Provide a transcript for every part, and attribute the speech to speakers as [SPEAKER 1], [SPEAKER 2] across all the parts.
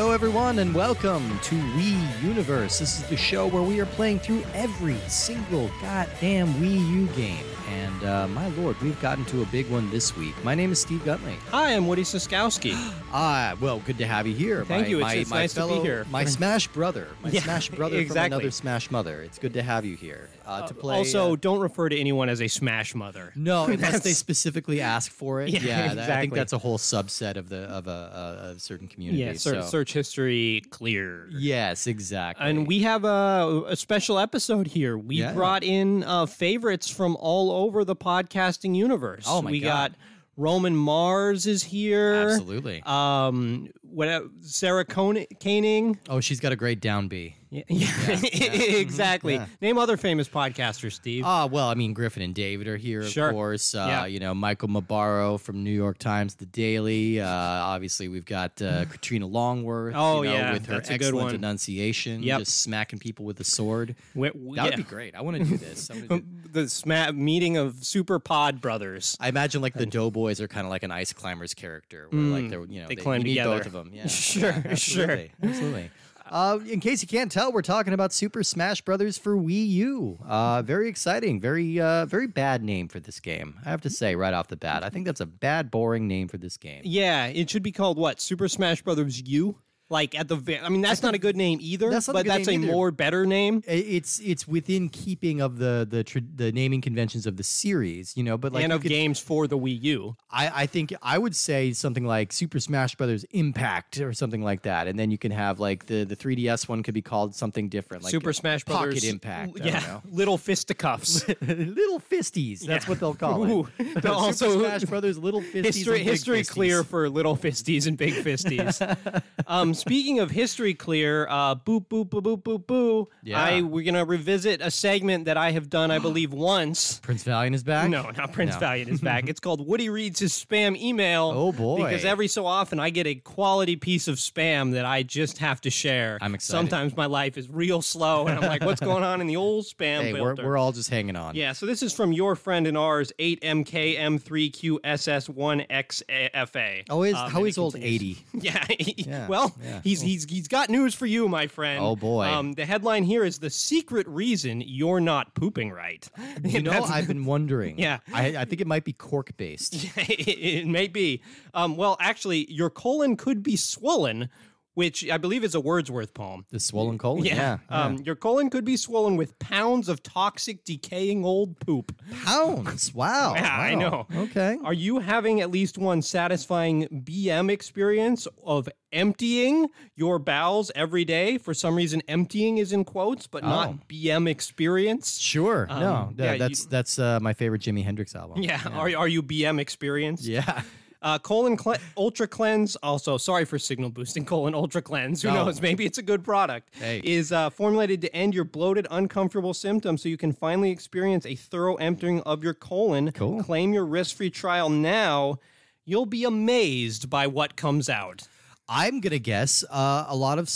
[SPEAKER 1] and welcome to Wii Universe. This is the show where we are playing through every single goddamn Wii U game. And uh, my lord, we've gotten to a big one this week. My name is Steve Gutley.
[SPEAKER 2] Hi, I'm Woody Siskowski.
[SPEAKER 1] Ah, well, good to have you here.
[SPEAKER 2] Thank
[SPEAKER 1] my,
[SPEAKER 2] you. It's-
[SPEAKER 1] my,
[SPEAKER 2] it's
[SPEAKER 1] my
[SPEAKER 2] nice to be
[SPEAKER 1] fellow-
[SPEAKER 2] here.
[SPEAKER 1] My Smash brother, my
[SPEAKER 2] Yeah,
[SPEAKER 1] Smash brother
[SPEAKER 2] exactly.
[SPEAKER 1] from another Smash mother. It's good to have you here uh, to play.
[SPEAKER 2] also,
[SPEAKER 1] uh,
[SPEAKER 2] don't refer to anyone as a Smash Mother.
[SPEAKER 1] no, unless
[SPEAKER 2] that's-
[SPEAKER 1] they specifically ask for it. Yeah,
[SPEAKER 2] Yeah,
[SPEAKER 1] that- I think
[SPEAKER 2] exactly.
[SPEAKER 1] that's a whole subset of the of a, uh, a certain community.
[SPEAKER 2] Yeah, search,
[SPEAKER 1] so-
[SPEAKER 2] search history clear.
[SPEAKER 1] Yes, exactly.
[SPEAKER 2] And we have a, a special episode here. We
[SPEAKER 1] Yeah.
[SPEAKER 2] brought in uh, favorites from all over the podcasting universe.
[SPEAKER 1] Oh, my
[SPEAKER 2] we
[SPEAKER 1] God.
[SPEAKER 2] got Roman Mars is here.
[SPEAKER 1] absolutely.
[SPEAKER 2] Um, what el- Sarah Con- Koenig?
[SPEAKER 1] Oh, she's got a great down B.
[SPEAKER 2] Yeah, exactly. Name other famous podcasters, Steve.
[SPEAKER 1] Ah, well, I mean, Griffin and David are here, of
[SPEAKER 2] Sure.
[SPEAKER 1] course. Uh,
[SPEAKER 2] Yeah.
[SPEAKER 1] You know, Michael Mabaro from New York Times, The Daily. Uh, obviously, we've got uh, Katrina Longworth.
[SPEAKER 2] Oh,
[SPEAKER 1] you know,
[SPEAKER 2] yeah,
[SPEAKER 1] with her
[SPEAKER 2] that's a good
[SPEAKER 1] excellent
[SPEAKER 2] one.
[SPEAKER 1] enunciation,
[SPEAKER 2] Yep.
[SPEAKER 1] just smacking people with a sword.
[SPEAKER 2] We- we-
[SPEAKER 1] That would
[SPEAKER 2] yeah.
[SPEAKER 1] be great. I want to do this. I, wanna do-
[SPEAKER 2] the sma- meeting of Super Pod Brothers.
[SPEAKER 1] I imagine like the Doughboys are kind of like an ice climbers character, where like they're you know
[SPEAKER 2] They
[SPEAKER 1] you
[SPEAKER 2] climb
[SPEAKER 1] need
[SPEAKER 2] together.
[SPEAKER 1] both of them. Yeah.
[SPEAKER 2] Sure, sure.
[SPEAKER 1] Absolutely, absolutely. Uh, in case you can't tell, we're talking about Super Smash Brothers for Wii U. Uh, very exciting, very uh, very bad name for this game. I have to say right off the bat, I think that's a bad, boring name for this game.
[SPEAKER 2] Yeah, it should be called what? Super Smash Brothers U. Like at the, ve- I mean, that's not a good name either.
[SPEAKER 1] That's not a
[SPEAKER 2] but
[SPEAKER 1] good
[SPEAKER 2] that's
[SPEAKER 1] name
[SPEAKER 2] a
[SPEAKER 1] either.
[SPEAKER 2] more better name.
[SPEAKER 1] I- It's it's within keeping of the the tra- the naming conventions of the series, you know. But like
[SPEAKER 2] and
[SPEAKER 1] you
[SPEAKER 2] of
[SPEAKER 1] could-
[SPEAKER 2] games for the Wii U.
[SPEAKER 1] I, I think I would say something like Super Smash Brothers Impact or something like that, and then you can have like the the 3DS one could be called something different, like
[SPEAKER 2] Super Smash Brothers
[SPEAKER 1] Pocket Impact. I don't know.
[SPEAKER 2] Yeah, Little Fisticuffs.
[SPEAKER 1] little fisties. That's what they'll call it.
[SPEAKER 2] Ooh.
[SPEAKER 1] Super
[SPEAKER 2] Also-
[SPEAKER 1] Smash Brothers little fisties.
[SPEAKER 2] history
[SPEAKER 1] and big
[SPEAKER 2] history
[SPEAKER 1] fisties.
[SPEAKER 2] clear for little fisties and big fisties. um, speaking of history clear, uh, boop boop boop boop boop boo.
[SPEAKER 1] Yeah.
[SPEAKER 2] I we're gonna revisit a segment that I have done, I believe, once.
[SPEAKER 1] Prince Valiant is back.
[SPEAKER 2] No, not Prince
[SPEAKER 1] No.
[SPEAKER 2] Valiant is back. It's called Woody reads his spam email.
[SPEAKER 1] Oh, boy.
[SPEAKER 2] Because every so often I get a quality piece of spam that I just have to share.
[SPEAKER 1] I'm excited.
[SPEAKER 2] Sometimes my life is real slow, and I'm like, "What's going on in the old spam
[SPEAKER 1] Hey, we're,
[SPEAKER 2] filter?"
[SPEAKER 1] we're all just hanging on.
[SPEAKER 2] yeah, so this is from your friend and ours, 8MKM3QSS1XFA.
[SPEAKER 1] How Oh, is
[SPEAKER 2] Um,
[SPEAKER 1] how
[SPEAKER 2] and
[SPEAKER 1] is
[SPEAKER 2] it
[SPEAKER 1] old
[SPEAKER 2] continues.
[SPEAKER 1] eighty?
[SPEAKER 2] Yeah.
[SPEAKER 1] Yeah,
[SPEAKER 2] Well,
[SPEAKER 1] yeah.
[SPEAKER 2] he's he's he's got news for you, my friend.
[SPEAKER 1] Oh, boy.
[SPEAKER 2] Um, the headline here is the secret reason you're not pooping right.
[SPEAKER 1] You know, I've been wondering.
[SPEAKER 2] Yeah.
[SPEAKER 1] I, I think it might be cork based.
[SPEAKER 2] it may be. Um, well, actually, your colon could be swollen, which I believe is a Wordsworth poem.
[SPEAKER 1] The swollen colon. Yeah. yeah.
[SPEAKER 2] Um, your colon could be swollen with pounds of toxic, decaying old poop.
[SPEAKER 1] Pounds. Wow.
[SPEAKER 2] Yeah, I
[SPEAKER 1] wow.
[SPEAKER 2] know.
[SPEAKER 1] Okay.
[SPEAKER 2] Are you having at least one satisfying BM experience of emptying your bowels every day? For some reason, emptying is in quotes, but
[SPEAKER 1] Oh.
[SPEAKER 2] not BM experience.
[SPEAKER 1] Sure. no.
[SPEAKER 2] Um,
[SPEAKER 1] no,
[SPEAKER 2] yeah, you-
[SPEAKER 1] that's that's uh, my favorite Jimi Hendrix album.
[SPEAKER 2] Yeah. Are, are you BM experienced?
[SPEAKER 1] Yeah.
[SPEAKER 2] Uh, colon cle- ultra cleanse. Also, sorry for signal boosting. Colon ultra cleanse. Who
[SPEAKER 1] No.
[SPEAKER 2] knows? Maybe it's a good product.
[SPEAKER 1] Hey.
[SPEAKER 2] Is uh, formulated to end your bloated, uncomfortable symptoms, so you can finally experience a thorough emptying of your colon.
[SPEAKER 1] Cool.
[SPEAKER 2] Claim your risk-free trial now. You'll be amazed by what comes out.
[SPEAKER 1] I'm gonna guess uh, a lot of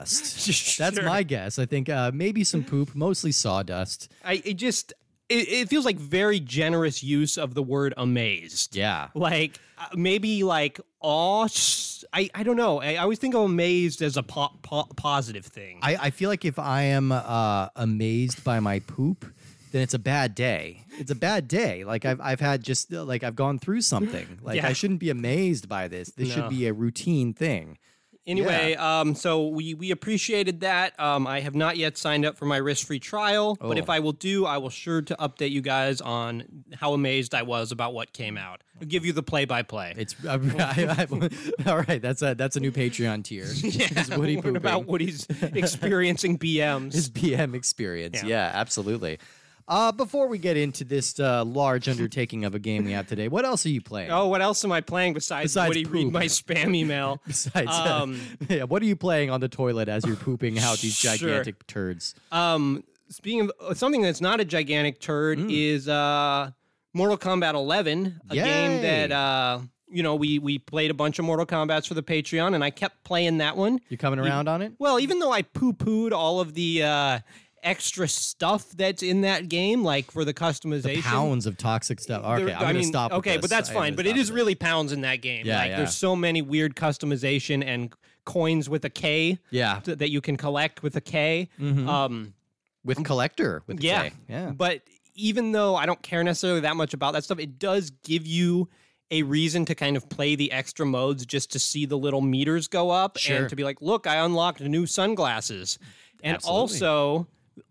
[SPEAKER 1] sawdust. That's
[SPEAKER 2] Sure.
[SPEAKER 1] my guess. I think uh, maybe some poop, mostly sawdust.
[SPEAKER 2] I it just it, it feels like very generous use of the word amazed.
[SPEAKER 1] Yeah.
[SPEAKER 2] Like uh, maybe like aw. sh- I I don't know. I, I always think of amazed as a po- po- positive thing.
[SPEAKER 1] I, I feel like if I am uh, amazed by my poop, then it's a bad day. It's a bad day. Like I've I've had just uh, like I've gone through something. Like I
[SPEAKER 2] Yeah.
[SPEAKER 1] shouldn't be amazed by this. This should
[SPEAKER 2] No.
[SPEAKER 1] be a routine thing.
[SPEAKER 2] Anyway, um, so we we appreciated that. Um, I have not yet signed up for my risk free trial, but
[SPEAKER 1] Oh.
[SPEAKER 2] if I will do, I will sure to update you guys on how amazed I was about what came out. I'll give you the play by play.
[SPEAKER 1] It's I, I- I- all right. That's a that's a new Patreon tier. It's Woody pooping.
[SPEAKER 2] About what he's experiencing BMs.
[SPEAKER 1] his BM experience. Yeah,
[SPEAKER 2] Yeah.
[SPEAKER 1] absolutely. Uh, before we get into this uh, large undertaking of a game we have today, what else are you playing?
[SPEAKER 2] Oh, what else am I playing besides,
[SPEAKER 1] Besides
[SPEAKER 2] Woody read
[SPEAKER 1] poop.
[SPEAKER 2] my spam email?
[SPEAKER 1] Besides, uh,
[SPEAKER 2] um,
[SPEAKER 1] yeah, what are you playing on the toilet as you're pooping out these
[SPEAKER 2] Sure.
[SPEAKER 1] gigantic turds?
[SPEAKER 2] Um, speaking of uh, something that's not a gigantic turd
[SPEAKER 1] Mm.
[SPEAKER 2] is uh, Mortal Kombat 11, a
[SPEAKER 1] Yay.
[SPEAKER 2] game that uh, you know we we played a bunch of Mortal Kombat's for the Patreon, and I kept playing that one.
[SPEAKER 1] You coming around on it?
[SPEAKER 2] Well, even though I poo pooed all of the uh, extra stuff that's in that game, like for the customization.
[SPEAKER 1] Pounds of toxic stuff. Okay,
[SPEAKER 2] There-
[SPEAKER 1] I'm gonna
[SPEAKER 2] mean,
[SPEAKER 1] stop. with
[SPEAKER 2] Okay,
[SPEAKER 1] this.
[SPEAKER 2] but that's
[SPEAKER 1] I am
[SPEAKER 2] fine.
[SPEAKER 1] gonna
[SPEAKER 2] But it
[SPEAKER 1] stop
[SPEAKER 2] is
[SPEAKER 1] with this.
[SPEAKER 2] really pounds in that game.
[SPEAKER 1] Yeah,
[SPEAKER 2] like
[SPEAKER 1] yeah.
[SPEAKER 2] there's so many weird customization and coins with a K
[SPEAKER 1] Yeah. Mm-hmm.
[SPEAKER 2] th- that you can collect with a K. Um,
[SPEAKER 1] With collector. With the
[SPEAKER 2] yeah.
[SPEAKER 1] K. Yeah.
[SPEAKER 2] But even though I don't care necessarily that much about that stuff, it does give you a reason to kind of play the extra modes just to see the little meters go up
[SPEAKER 1] Sure.
[SPEAKER 2] and to be like, look, I unlocked new sunglasses. And
[SPEAKER 1] Absolutely.
[SPEAKER 2] also,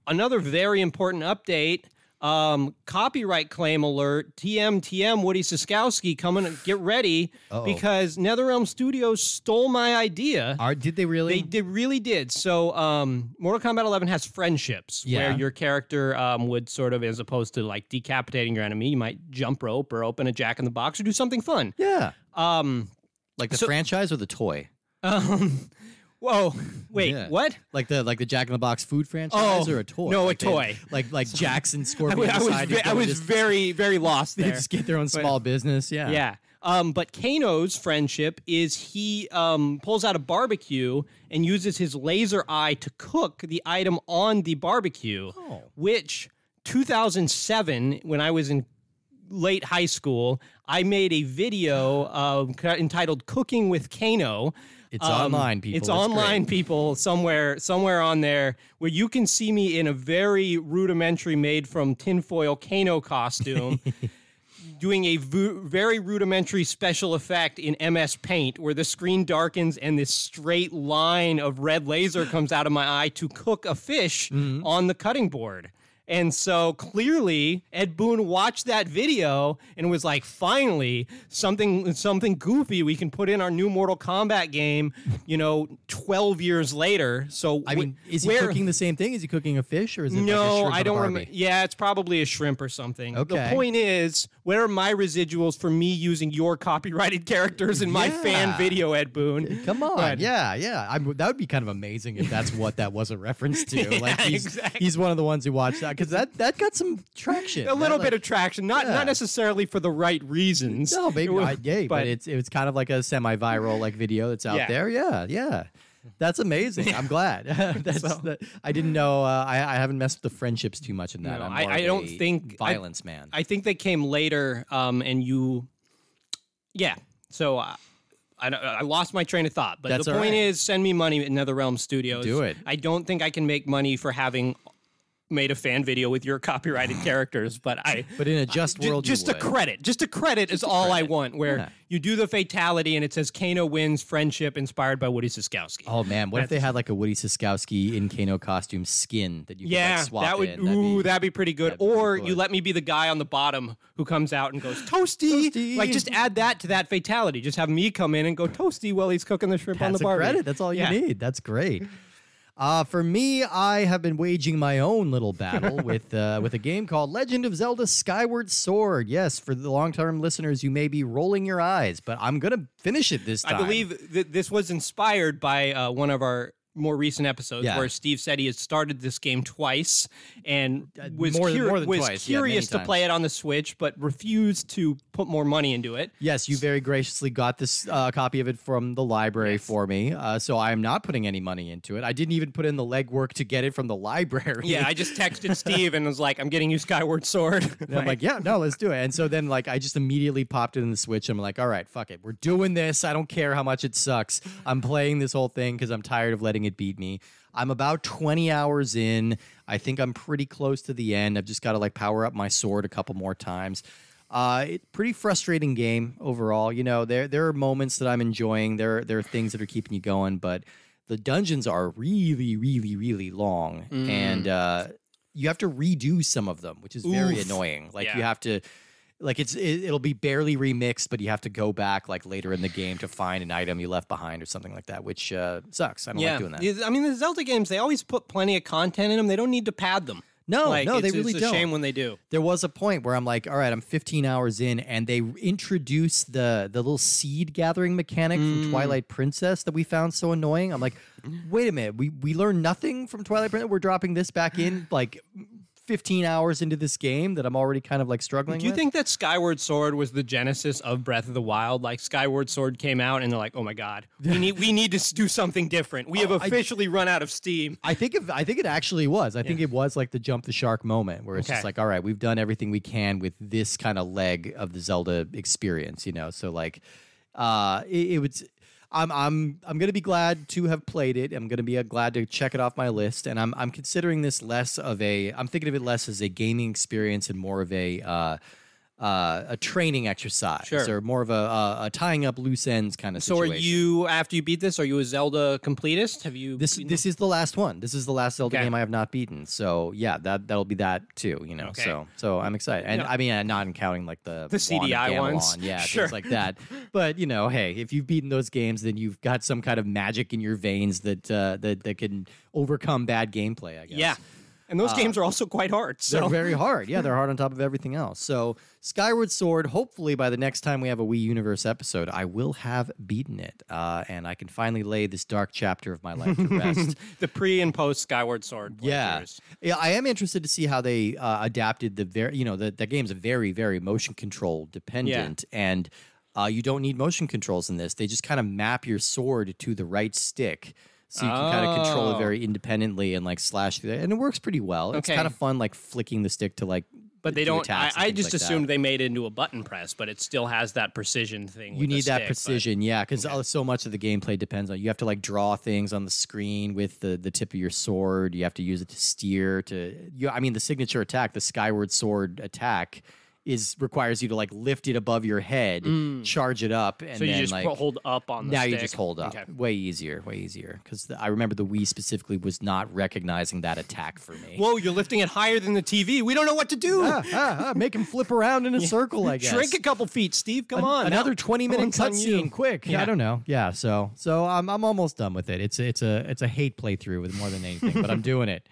[SPEAKER 2] another very important update. Um, copyright claim alert. TM TM Woody Siskowski coming. Get ready
[SPEAKER 1] Uh-oh.
[SPEAKER 2] because NetherRealm Studios stole my idea.
[SPEAKER 1] Are, did they really?
[SPEAKER 2] They did really did. So, um, Mortal Kombat 11 has friendships
[SPEAKER 1] Yeah.
[SPEAKER 2] where your character um, would sort of, as opposed to like decapitating your enemy, you might jump rope or open a jack in the box or do something fun.
[SPEAKER 1] yeah.
[SPEAKER 2] Um,
[SPEAKER 1] Like the
[SPEAKER 2] So-
[SPEAKER 1] franchise or the toy?
[SPEAKER 2] um, whoa, wait,
[SPEAKER 1] Yeah.
[SPEAKER 2] what?
[SPEAKER 1] Like the like the Jack in the Box food franchise
[SPEAKER 2] Oh,
[SPEAKER 1] or a toy?
[SPEAKER 2] no, a
[SPEAKER 1] Like they-
[SPEAKER 2] toy.
[SPEAKER 1] like like Jackson
[SPEAKER 2] I,
[SPEAKER 1] Scorpion.
[SPEAKER 2] was- I was,
[SPEAKER 1] decided
[SPEAKER 2] ve- I
[SPEAKER 1] they
[SPEAKER 2] was
[SPEAKER 1] just-
[SPEAKER 2] very, very lost
[SPEAKER 1] they
[SPEAKER 2] there.
[SPEAKER 1] just get their own small business. Yeah.
[SPEAKER 2] Yeah. Um, but Kano's friendship is he um, pulls out a barbecue and uses his laser eye to cook the item on the barbecue,
[SPEAKER 1] Oh.
[SPEAKER 2] which 2007, when I was in late high school, I made a video um, ca- entitled "Cooking with Kano." Um,
[SPEAKER 1] It's online, people. It's
[SPEAKER 2] It's
[SPEAKER 1] great.
[SPEAKER 2] online, people. Somewhere, somewhere on there, where you can see me in a very rudimentary, made from tinfoil Kano costume, doing a vu- very rudimentary special effect in MS Paint, where the screen darkens and this straight line of red laser comes out of my eye to cook a fish
[SPEAKER 1] Mm-hmm.
[SPEAKER 2] on the cutting board. And so clearly, Ed Boon watched that video and was like, "Finally, something something goofy we can put in our new Mortal Kombat game." You know, twelve years later. So
[SPEAKER 1] I mean, is he cooking the same thing? Is he cooking a fish or is it like a
[SPEAKER 2] no,
[SPEAKER 1] shrimp
[SPEAKER 2] I
[SPEAKER 1] and a
[SPEAKER 2] don't
[SPEAKER 1] Barbie?
[SPEAKER 2] remember. Yeah, it's probably a shrimp or something. The
[SPEAKER 1] Okay.
[SPEAKER 2] point is, what are my residuals for me using your copyrighted characters in my fan
[SPEAKER 1] Yeah.
[SPEAKER 2] video, Ed Boone?
[SPEAKER 1] Come on,
[SPEAKER 2] But-
[SPEAKER 1] yeah, yeah. I, that would be kind of amazing if that's what that was a reference to. like he's,
[SPEAKER 2] exactly.
[SPEAKER 1] he's one of the ones who watched that because that that got some traction.
[SPEAKER 2] A little bit
[SPEAKER 1] of.
[SPEAKER 2] of traction, not
[SPEAKER 1] Yeah.
[SPEAKER 2] not necessarily for the right reasons.
[SPEAKER 1] No, oh, maybe
[SPEAKER 2] It wa-
[SPEAKER 1] not. Yeah, but, it's it's kind of like a semi-viral like video that's out
[SPEAKER 2] Yeah.
[SPEAKER 1] there. Yeah, yeah. That's amazing. I'm glad. that's
[SPEAKER 2] So-
[SPEAKER 1] that, I didn't know. Uh, I I haven't messed with the friendships too much in that.
[SPEAKER 2] No,
[SPEAKER 1] I'm
[SPEAKER 2] I-
[SPEAKER 1] more
[SPEAKER 2] I
[SPEAKER 1] of
[SPEAKER 2] don't
[SPEAKER 1] a
[SPEAKER 2] think- I-
[SPEAKER 1] violence man.
[SPEAKER 2] I think they came later, um, and you, yeah. So uh, I don't- I lost my train of thought, but
[SPEAKER 1] That's
[SPEAKER 2] the
[SPEAKER 1] all
[SPEAKER 2] point
[SPEAKER 1] right.
[SPEAKER 2] is, send me money at NetherRealm Studios.
[SPEAKER 1] Do it.
[SPEAKER 2] I don't think I can make money for having made a fan video with your copyrighted characters, but I.
[SPEAKER 1] but in a just
[SPEAKER 2] Uh, Ju-
[SPEAKER 1] world, you
[SPEAKER 2] just a
[SPEAKER 1] would.
[SPEAKER 2] credit. Just a credit is all I want. Where
[SPEAKER 1] Yeah.
[SPEAKER 2] you do the fatality and it says Kano wins friendship inspired by Woody Siskowski.
[SPEAKER 1] Oh man, what if they had like a Woody Siskowski in Kano costume skin that you could
[SPEAKER 2] yeah,
[SPEAKER 1] like, swap
[SPEAKER 2] that would
[SPEAKER 1] in? That'd
[SPEAKER 2] ooh,
[SPEAKER 1] be-
[SPEAKER 2] that'd be pretty good.
[SPEAKER 1] be
[SPEAKER 2] or
[SPEAKER 1] good.
[SPEAKER 2] you let me be the guy on the bottom who comes out and goes toasty.
[SPEAKER 1] Toasty.
[SPEAKER 2] Like just add that to that fatality. Just have me come in and go toasty while he's cooking the shrimp on the
[SPEAKER 1] That's a
[SPEAKER 2] barbie.
[SPEAKER 1] credit. That's all you
[SPEAKER 2] Yeah.
[SPEAKER 1] need. That's great. Uh, for me, I have been waging my own little battle with uh, with a game called Legend of Zelda: Skyward Sword. Yes, for the long term listeners, you may be rolling your eyes, but I'm gonna finish it this time.
[SPEAKER 2] I believe that this was inspired by uh, one of our more recent episodes
[SPEAKER 1] Yeah.
[SPEAKER 2] where Steve said he had started this game twice and was,
[SPEAKER 1] Uh, more than-
[SPEAKER 2] curi-
[SPEAKER 1] more than
[SPEAKER 2] was
[SPEAKER 1] twice, yeah, many
[SPEAKER 2] curious to
[SPEAKER 1] times.
[SPEAKER 2] play it on the Switch, but refused to put more money into it.
[SPEAKER 1] Yes, you very graciously got this uh, copy of it from the library for me. Uh, so I am not putting any money into it. I didn't even put in the legwork to get it from the library.
[SPEAKER 2] Yeah, I just texted Steve and was like, I'm getting you Skyward Sword.
[SPEAKER 1] And I'm like, yeah, no, let's do it. And so then, like, I just immediately popped it in the Switch. I'm like, all right, fuck it. We're doing this. I don't care how much it sucks. I'm playing this whole thing because I'm tired of letting it beat me. I'm about 20 hours in. I think I'm pretty close to the end. I've just got to, like, power up my sword a couple more times. Uh, it, pretty frustrating game overall. You know, there there are moments that I'm enjoying. There there are things that are keeping you going, but the dungeons are really, really, really long, and uh, you have to redo some of them, which is very
[SPEAKER 2] Oof.
[SPEAKER 1] annoying. Like you
[SPEAKER 2] Yeah.
[SPEAKER 1] have to, like it's it, it'll be barely remixed, but you have to go back like later in the game to find an item you left behind or something like that, which uh, sucks. I don't like doing that.
[SPEAKER 2] Is- I mean, the Zelda games, they always put plenty of content in them. They don't need to pad them.
[SPEAKER 1] No,
[SPEAKER 2] Like,
[SPEAKER 1] no, they
[SPEAKER 2] it's-
[SPEAKER 1] really
[SPEAKER 2] it's a
[SPEAKER 1] don't.
[SPEAKER 2] shame when they do.
[SPEAKER 1] there was a point where I'm like, all right, I'm 15 hours in, and they introduce the the little seed gathering mechanic from
[SPEAKER 2] Mm.
[SPEAKER 1] Twilight Princess that we found so annoying. I'm like, wait a minute, we we learned nothing from Twilight Princess. We're dropping this back in like 15 hours into this game that I'm already kind of like struggling.
[SPEAKER 2] Do you
[SPEAKER 1] with?
[SPEAKER 2] think that Skyward Sword was the genesis of Breath of the Wild? Like Skyward Sword came out, and they're like, "Oh my god, we need we need to s- do something different. We have
[SPEAKER 1] Oh,
[SPEAKER 2] officially run out of steam."
[SPEAKER 1] I think if, I think it actually was. I think it was like the jump the shark moment where it's just
[SPEAKER 2] Okay.
[SPEAKER 1] like, all right, we've done everything we can with this kind of leg of the Zelda experience, you know. So like, uh, it, it was. I'm I'm I'm gonna be glad to have played it. I'm gonna be uh, glad to check it off my list, and I'm I'm considering this less of a. I'm thinking of it less as a gaming experience and more of a. Uh, uh, a training exercise
[SPEAKER 2] Sure.
[SPEAKER 1] or more of a, a, a tying up loose ends kind of
[SPEAKER 2] So are
[SPEAKER 1] situation.
[SPEAKER 2] you after you beat this? Are you a Zelda completist? Have you
[SPEAKER 1] This
[SPEAKER 2] beaten
[SPEAKER 1] this is the last one. This is the last Zelda
[SPEAKER 2] Okay.
[SPEAKER 1] game I have not beaten. So yeah, that that'll be that too. You know,
[SPEAKER 2] Okay.
[SPEAKER 1] so so I'm excited, and
[SPEAKER 2] Yeah.
[SPEAKER 1] I mean, uh, not in counting like the
[SPEAKER 2] The
[SPEAKER 1] Wand of
[SPEAKER 2] CDI ones.
[SPEAKER 1] Gamelon, yeah,
[SPEAKER 2] Sure.
[SPEAKER 1] things like that. But you know, hey, if you've beaten those games, then you've got some kind of magic in your veins that uh, that that can overcome bad gameplay. I guess.
[SPEAKER 2] Yeah, and
[SPEAKER 1] Uh,
[SPEAKER 2] those games are also quite hard. So
[SPEAKER 1] They're very hard. Yeah, they're hard on top of everything else. So, Skyward Sword, hopefully by the next time we have a Wii Universe episode, I will have beaten it. Uh, and I can finally lay this dark chapter of my life to rest.
[SPEAKER 2] the pre and post Skyward Sword.
[SPEAKER 1] Yeah,
[SPEAKER 2] playthroughs.
[SPEAKER 1] yeah. I am interested to see how they uh, adapted the very. You know, the, the game's very, very motion control dependent, and uh, you don't need motion controls in this. They just kind of map your sword to the right stick, so you can kind of control it
[SPEAKER 2] Oh.
[SPEAKER 1] very independently and like slash through there, and it works pretty well. It's
[SPEAKER 2] Okay.
[SPEAKER 1] kind of fun, like flicking the stick to like.
[SPEAKER 2] but they
[SPEAKER 1] do
[SPEAKER 2] don't. I,
[SPEAKER 1] attacks and
[SPEAKER 2] I
[SPEAKER 1] things
[SPEAKER 2] just
[SPEAKER 1] like that.
[SPEAKER 2] assumed they made it into a button press, but it still has that precision thing.
[SPEAKER 1] You
[SPEAKER 2] with the
[SPEAKER 1] need that
[SPEAKER 2] stick, but-
[SPEAKER 1] precision, yeah, because so much of the gameplay depends on you have to like draw things on the screen with the the tip of your sword. You have to use it to steer. To you, I mean, the signature attack, the skyward sword attack, is requires you to like lift it above your head, charge it up, and
[SPEAKER 2] Mm. So you
[SPEAKER 1] then
[SPEAKER 2] just
[SPEAKER 1] like
[SPEAKER 2] put- hold up on the
[SPEAKER 1] now
[SPEAKER 2] stick.
[SPEAKER 1] you just hold up.
[SPEAKER 2] Okay.
[SPEAKER 1] Way easier, way easier. Because I remember the Wii specifically was not recognizing that attack for me.
[SPEAKER 2] Whoa, you're lifting it higher than the TV. We don't know what to do.
[SPEAKER 1] Ah, ah, ah, make him flip around in a circle. I guess
[SPEAKER 2] Shrink a couple feet, Steve. Come on.
[SPEAKER 1] another
[SPEAKER 2] Now-
[SPEAKER 1] 20 minute
[SPEAKER 2] one's on you.
[SPEAKER 1] cutscene quick
[SPEAKER 2] Yeah.
[SPEAKER 1] i don't know yeah so so i'm, I'm almost done with it it's a, it's a it's a hate playthrough with more than anything but i'm doing it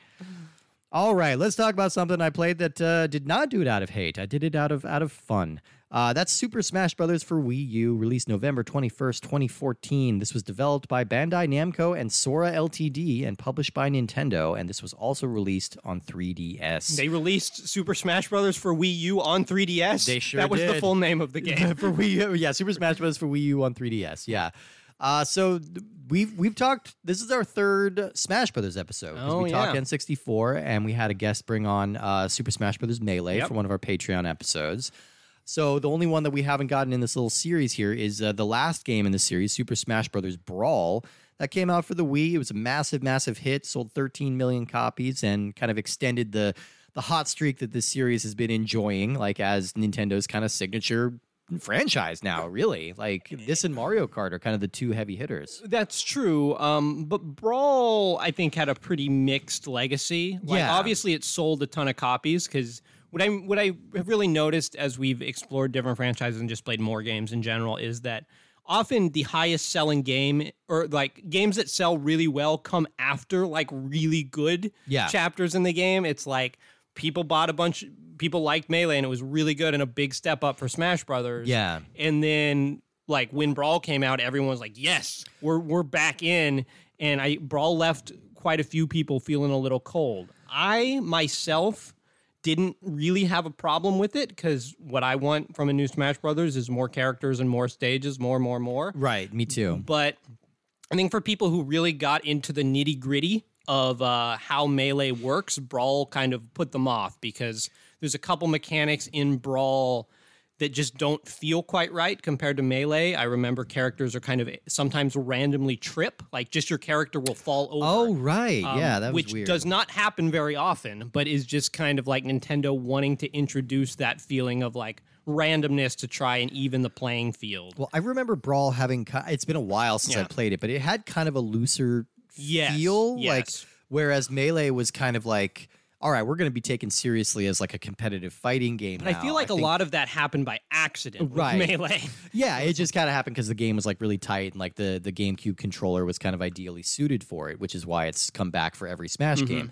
[SPEAKER 1] all right let's talk about something i played that uh, did not do it out of hate i did it out of out of fun uh, that's Super Smash Bros. for Wii U, released November 21st, 2014. This was developed by Bandai Namco and Sora Ltd. and published by Nintendo, and this was also released on 3DS.
[SPEAKER 2] They released Super Smash Brothers for Wii U on 3DS.
[SPEAKER 1] They sure
[SPEAKER 2] That was the
[SPEAKER 1] did.
[SPEAKER 2] full name of the game.
[SPEAKER 1] for Wii U. Yeah, Super Smash Bros. for Wii U on 3DS. Yeah. Uh, so th- we've we've talked. This is our third Smash Brothers episode 'cause
[SPEAKER 2] Oh,
[SPEAKER 1] we
[SPEAKER 2] yeah.
[SPEAKER 1] talked N64, and we had a guest bring on uh, Super Smash Brothers Melee
[SPEAKER 2] Yep.
[SPEAKER 1] for one of our Patreon episodes. So the only one that we haven't gotten in this little series here is uh, the last game in the series, Super Smash Brothers Brawl, that came out for the Wii. It was a massive, massive hit, sold 13 million copies, and kind of extended the the hot streak that this series has been enjoying, like as Nintendo's kind of signature franchise now. Really, like this and Mario Kart are kind of the two heavy hitters.
[SPEAKER 2] That's true. Um, but Brawl, I think, had a pretty mixed legacy. Like,
[SPEAKER 1] Yeah.
[SPEAKER 2] Obviously, it sold a ton of copies because what I what I have really noticed as we've explored different franchises and just played more games in general is that often the highest selling game or like games that sell really well come after like really good
[SPEAKER 1] Yeah.
[SPEAKER 2] chapters in the game. It's like people bought a bunch. People liked Melee and it was really good and a big step up for Smash Brothers.
[SPEAKER 1] Yeah.
[SPEAKER 2] And then like when Brawl came out, everyone was like, "Yes, we're we're back in." And I Brawl left quite a few people feeling a little cold. I myself didn't really have a problem with it because what I want from a new Smash Brothers is more characters and more stages, more, more, more.
[SPEAKER 1] Right. Me too.
[SPEAKER 2] But I think for people who really got into the nitty gritty of uh, how melee works, Brawl kind of put them off because there's a couple mechanics in Brawl that just don't feel quite right compared to melee. I remember characters are kind of sometimes randomly trip, like just your character will fall over.
[SPEAKER 1] Oh right.
[SPEAKER 2] um,
[SPEAKER 1] yeah, that was
[SPEAKER 2] which
[SPEAKER 1] weird.
[SPEAKER 2] does not happen very often, but is just kind of like Nintendo wanting to introduce that feeling of like randomness to try and even the playing field.
[SPEAKER 1] Well, I remember Brawl having. ki- It's been a while since I
[SPEAKER 2] Yeah.
[SPEAKER 1] played it, but it had kind of a looser
[SPEAKER 2] Yes,
[SPEAKER 1] feel. Like
[SPEAKER 2] yes.
[SPEAKER 1] whereas Melee was kind of like, all right, we're going to be taken seriously as like a competitive fighting game.
[SPEAKER 2] But I feel like
[SPEAKER 1] a
[SPEAKER 2] a lot of that happened by accident.
[SPEAKER 1] Right.
[SPEAKER 2] With melee.
[SPEAKER 1] Yeah, it just kind of happened because the game was like really tight, and like the the GameCube controller was kind of ideally suited for it, which is why it's come back for every
[SPEAKER 2] Mm-hmm.
[SPEAKER 1] Smash game.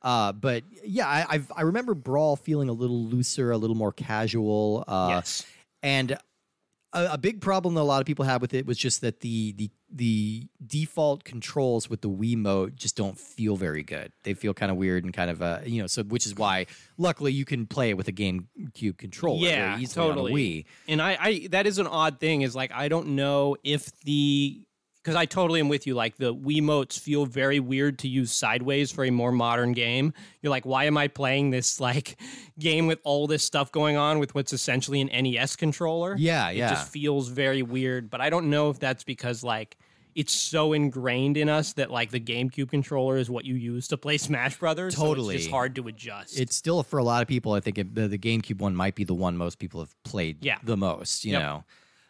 [SPEAKER 1] Uh, but yeah, I I've, I remember Brawl feeling a little looser, a little more casual. Uh,
[SPEAKER 2] yes.
[SPEAKER 1] and a, a big problem that a lot of people had with it was just that the the the default controls with the Wiimote just don't feel very good. They feel kind of weird and kind of uh, you know, so which is why luckily you can play it with a GameCube controller
[SPEAKER 2] Yeah,
[SPEAKER 1] very easily
[SPEAKER 2] totally.
[SPEAKER 1] on a Wii.
[SPEAKER 2] And I, I that is an odd thing is like I don't know if the because I totally am with you. Like the Wiimotes feel very weird to use sideways for a more modern game. You're like, why am I playing this like game with all this stuff going on with what's essentially an NES E controller?
[SPEAKER 1] Yeah,
[SPEAKER 2] it
[SPEAKER 1] yeah.
[SPEAKER 2] just feels very weird. But I don't know if that's because like it's so ingrained in us that like the GameCube controller is what you use to play Smash Brothers. so
[SPEAKER 1] Totally.
[SPEAKER 2] it's just hard to adjust.
[SPEAKER 1] It's still for a lot of people. I think it, the, the GameCube one might be the one most people have played
[SPEAKER 2] Yeah.
[SPEAKER 1] the most. You
[SPEAKER 2] Yep.
[SPEAKER 1] know,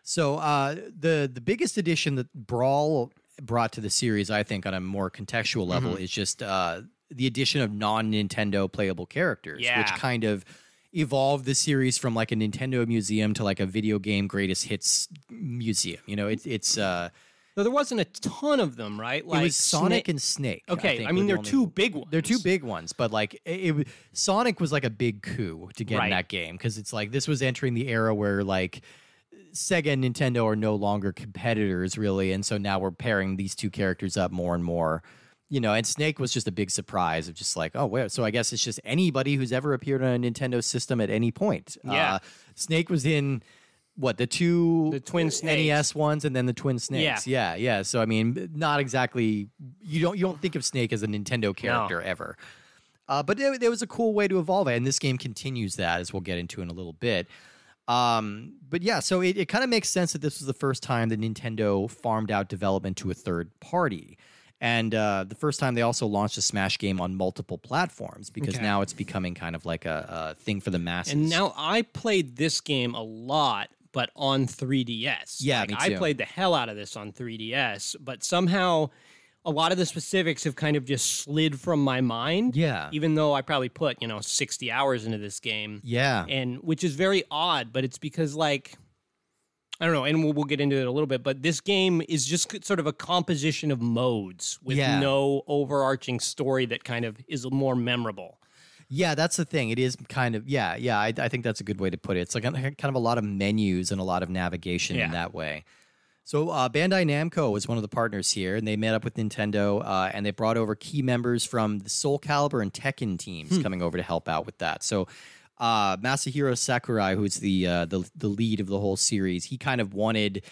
[SPEAKER 1] so uh, the the biggest addition that Brawl brought to the series, I think, on a more contextual level,
[SPEAKER 2] Mm-hmm.
[SPEAKER 1] is just uh, the addition of non Nintendo playable characters, which
[SPEAKER 2] Yeah.
[SPEAKER 1] kind of evolved the series from like a Nintendo museum to like a video game greatest hits museum. You know, it's it's uh,
[SPEAKER 2] Though there wasn't a ton of them, right? Like
[SPEAKER 1] it was Sonic
[SPEAKER 2] Sna-
[SPEAKER 1] and Snake.
[SPEAKER 2] Okay,
[SPEAKER 1] think,
[SPEAKER 2] I
[SPEAKER 1] were
[SPEAKER 2] mean
[SPEAKER 1] the
[SPEAKER 2] they're
[SPEAKER 1] only-
[SPEAKER 2] two big ones.
[SPEAKER 1] they're two big ones, but like it, it w- Sonic was like a big coup to get in
[SPEAKER 2] Right.
[SPEAKER 1] that game because it's like this was entering the era where like Sega and Nintendo are no longer competitors really, and so now we're pairing these two characters up more and more. You know, and Snake was just a big surprise of just like, oh, where? So I guess it's just anybody who's ever appeared on a Nintendo system at any point. Uh,
[SPEAKER 2] Yeah.
[SPEAKER 1] Snake was in what the two
[SPEAKER 2] The Twin Snakes.
[SPEAKER 1] NES ones and then the Twin Snakes. Yeah, yeah. So I mean, not exactly. You don't you don't think of Snake as a Nintendo character ever. Uh, but it, it was a cool way to evolve it, and this game continues that, as we'll get into in a little bit. Um, but yeah, so it, it kind of makes sense that this was the first time that Nintendo farmed out development to a third party. And uh, the first time they also launched a Smash game on multiple platforms because
[SPEAKER 2] Okay.
[SPEAKER 1] now it's becoming kind of like a, a thing for the masses.
[SPEAKER 2] And now I played this game a lot, but on 3DS.
[SPEAKER 1] Yeah,
[SPEAKER 2] Like,
[SPEAKER 1] me
[SPEAKER 2] I
[SPEAKER 1] too.
[SPEAKER 2] played the hell out of this on 3DS, but somehow a lot of the specifics have kind of just slid from my mind.
[SPEAKER 1] yeah,
[SPEAKER 2] Even though I probably put, you know, 60 hours into this game.
[SPEAKER 1] yeah,
[SPEAKER 2] And which is very odd, but it's because like I don't know, and we'll, we'll get into it a little bit, but this game is just c- sort of a composition of modes with
[SPEAKER 1] Yeah.
[SPEAKER 2] no overarching story that kind of is more memorable.
[SPEAKER 1] Yeah, that's the thing. It is kind of yeah, yeah. I, I think that's a good way to put it. It's like a, kind of a lot of menus and a lot of navigation in
[SPEAKER 2] Yeah.
[SPEAKER 1] that way. So uh, Bandai Namco was one of the partners here, and they met up with Nintendo, uh, and they brought over key members from the Soul Calibur and Tekken teams coming over to help out with that. So uh, Masahiro Sakurai, who's the, uh, the the lead of the whole series, he kind of wanted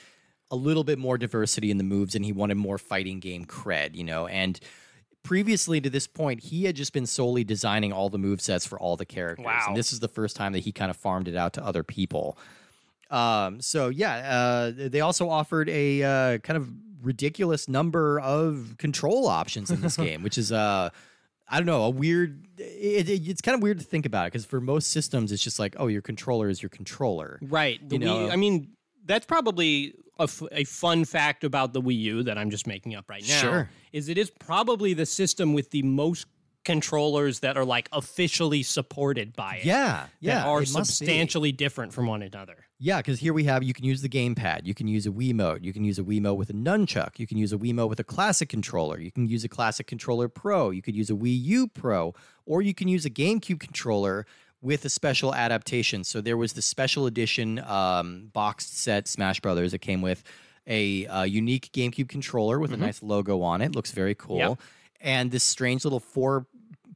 [SPEAKER 1] a little bit more diversity in the moves, and he wanted more fighting game cred, you know, and previously to this point, he had just been solely designing all the move sets for all the characters.
[SPEAKER 2] Wow.
[SPEAKER 1] And this is the first time that he kind of farmed it out to other people. Um, so yeah, uh, they also offered a uh, kind of ridiculous number of control options in this game, which is uh, I don't know, a weird. It, it- it's kind of weird to think about it because for most systems, it's just like, oh, your controller is your controller.
[SPEAKER 2] Right. The
[SPEAKER 1] You
[SPEAKER 2] Wii-
[SPEAKER 1] know?
[SPEAKER 2] I mean, that's probably a, f- a fun fact about the Wii U that I'm just making up right now.
[SPEAKER 1] Sure.
[SPEAKER 2] Is it is probably the system with the most controllers that are like officially supported by it.
[SPEAKER 1] Yeah, yeah,
[SPEAKER 2] That are
[SPEAKER 1] it must be.
[SPEAKER 2] substantially different from one another.
[SPEAKER 1] Yeah, because here we have you can use the gamepad, you can use a Wiimote, you can use a Wiimote with a nunchuck, you can use a Wiimote with a classic controller, you can use a classic controller pro, you could use a Wii U Pro, or you can use a GameCube controller with a special adaptation. So there was the special edition um, boxed set Smash Brothers that came with a uh, unique GameCube controller with a nice logo on it. Looks very cool. And this strange little four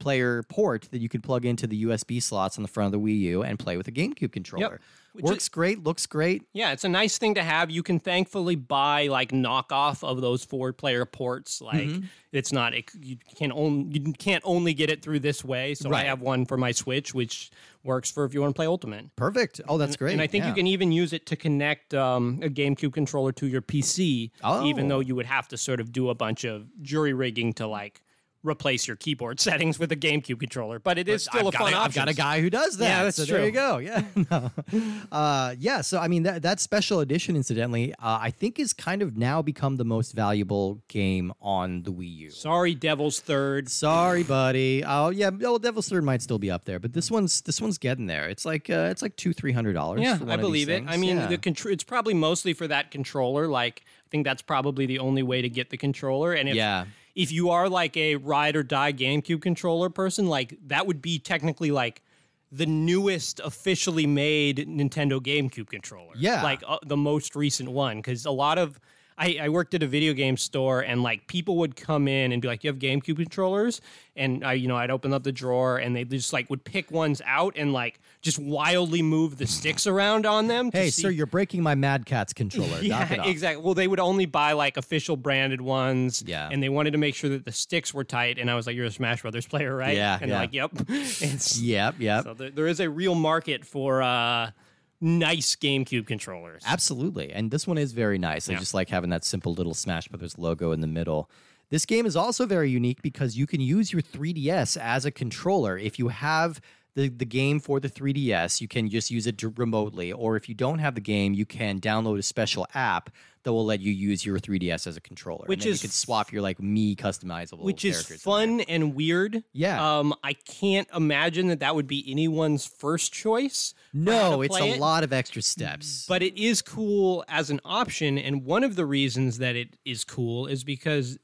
[SPEAKER 1] player port that you could plug into the USB slots on the front of the Wii U and play with a GameCube controller.
[SPEAKER 2] Which is-
[SPEAKER 1] Works great, looks great.
[SPEAKER 2] Yeah, it's a nice thing to have. You can thankfully buy like knockoff of those four player ports. Like
[SPEAKER 1] Mm-hmm.
[SPEAKER 2] it's not it, you can only you can't only get it through this way. So
[SPEAKER 1] Right.
[SPEAKER 2] I have one for my Switch, which works for if you want to play Ultimate.
[SPEAKER 1] Perfect. Oh, that's great.
[SPEAKER 2] And I think you
[SPEAKER 1] Yeah.
[SPEAKER 2] can even use it to connect um, a GameCube controller to your PC, even
[SPEAKER 1] Oh.
[SPEAKER 2] though you would have to sort of do a bunch of jury rigging to like replace your keyboard settings with a GameCube controller. But it is still
[SPEAKER 1] I've
[SPEAKER 2] a
[SPEAKER 1] got
[SPEAKER 2] fun
[SPEAKER 1] a- I've
[SPEAKER 2] option.
[SPEAKER 1] got a guy who does that.
[SPEAKER 2] Yeah, that's
[SPEAKER 1] so There you
[SPEAKER 2] true.
[SPEAKER 1] go. Yeah. No. Uh, yeah. So I mean, that that special edition, incidentally, uh, I think is kind of now become the most valuable game on the Wii U.
[SPEAKER 2] Sorry, Devil's Third.
[SPEAKER 1] Sorry, buddy. Oh yeah, well, Devil's Third might still be up there, but this one's this one's getting there. It's like uh, it's like two three hundred dollars.
[SPEAKER 2] Yeah,
[SPEAKER 1] for one
[SPEAKER 2] I
[SPEAKER 1] of these
[SPEAKER 2] believe it. I
[SPEAKER 1] things.
[SPEAKER 2] mean,
[SPEAKER 1] Yeah.
[SPEAKER 2] the contr- it's probably mostly for that controller. Like, I think that's probably the only way to get the controller. And if
[SPEAKER 1] Yeah.
[SPEAKER 2] if you are like a ride or die GameCube controller person, like that would be technically like the newest officially made Nintendo GameCube controller.
[SPEAKER 1] Yeah.
[SPEAKER 2] like uh, the most recent one, because a lot of I, I worked at a video game store and like people would come in and be like, "You have GameCube controllers?" And I, you know, I'd open up the drawer and they just like would pick ones out and like just wildly move the sticks around on them. to
[SPEAKER 1] hey,
[SPEAKER 2] see-
[SPEAKER 1] sir, you're breaking my Mad Catz controller. Knock it
[SPEAKER 2] yeah,
[SPEAKER 1] off.
[SPEAKER 2] exactly. Well, they would only buy like official branded ones.
[SPEAKER 1] Yeah.
[SPEAKER 2] And they wanted to make sure that the sticks were tight. And I was like, you're a Smash Brothers player, right?
[SPEAKER 1] Yeah, yeah.
[SPEAKER 2] And they're like, yep. It's-
[SPEAKER 1] Yep. Yep.
[SPEAKER 2] So there, there is a real market for uh, nice GameCube controllers.
[SPEAKER 1] Absolutely. And this one is very nice. I
[SPEAKER 2] Yeah.
[SPEAKER 1] just like having that simple little Smash Brothers logo in the middle. This game is also very unique because you can use your 3DS as a controller. If you have the, the game for the 3DS, you can just use it d- remotely. Or if you don't have the game, you can download a special app that will let you use your 3DS as a controller.
[SPEAKER 2] Which
[SPEAKER 1] and then
[SPEAKER 2] is
[SPEAKER 1] you can swap your like me customizable
[SPEAKER 2] which is
[SPEAKER 1] characters in there.
[SPEAKER 2] fun and weird.
[SPEAKER 1] Yeah.
[SPEAKER 2] Um, I can't imagine that that would be anyone's first choice. for how
[SPEAKER 1] No,
[SPEAKER 2] to
[SPEAKER 1] it's
[SPEAKER 2] play
[SPEAKER 1] a
[SPEAKER 2] it,
[SPEAKER 1] lot of extra steps.
[SPEAKER 2] But it is cool as an option, and one of the reasons that it is cool is because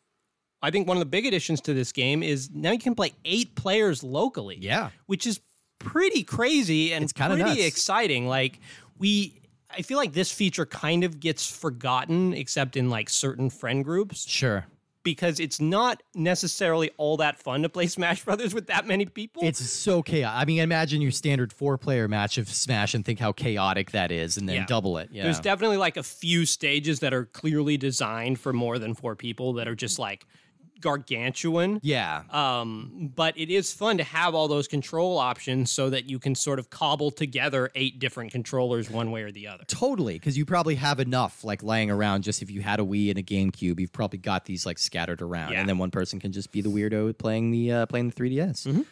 [SPEAKER 2] I think one of the big additions to this game is now you can play eight players locally.
[SPEAKER 1] Yeah.
[SPEAKER 2] which is pretty crazy and
[SPEAKER 1] It's kinda
[SPEAKER 2] pretty
[SPEAKER 1] nuts.
[SPEAKER 2] exciting. Like we. I feel like this feature kind of gets forgotten, except in like certain friend groups
[SPEAKER 1] sure.
[SPEAKER 2] because it's not necessarily all that fun to play Smash Brothers with that many people.
[SPEAKER 1] It's so chaotic. I mean, imagine your standard four player match of Smash and think how chaotic that is, and then
[SPEAKER 2] Yeah.
[SPEAKER 1] double it. Yeah.
[SPEAKER 2] There's definitely like a few stages that are clearly designed for more than four people that are just like gargantuan.
[SPEAKER 1] yeah.
[SPEAKER 2] Um, but it is fun to have all those control options so that you can sort of cobble together eight different controllers one way or the other.
[SPEAKER 1] Totally, because you probably have enough like laying around. Just if you had a Wii and a GameCube, you've probably got these like scattered around,
[SPEAKER 2] Yeah.
[SPEAKER 1] and then one person can just be the weirdo playing the uh, playing the 3DS.
[SPEAKER 2] Mm-hmm.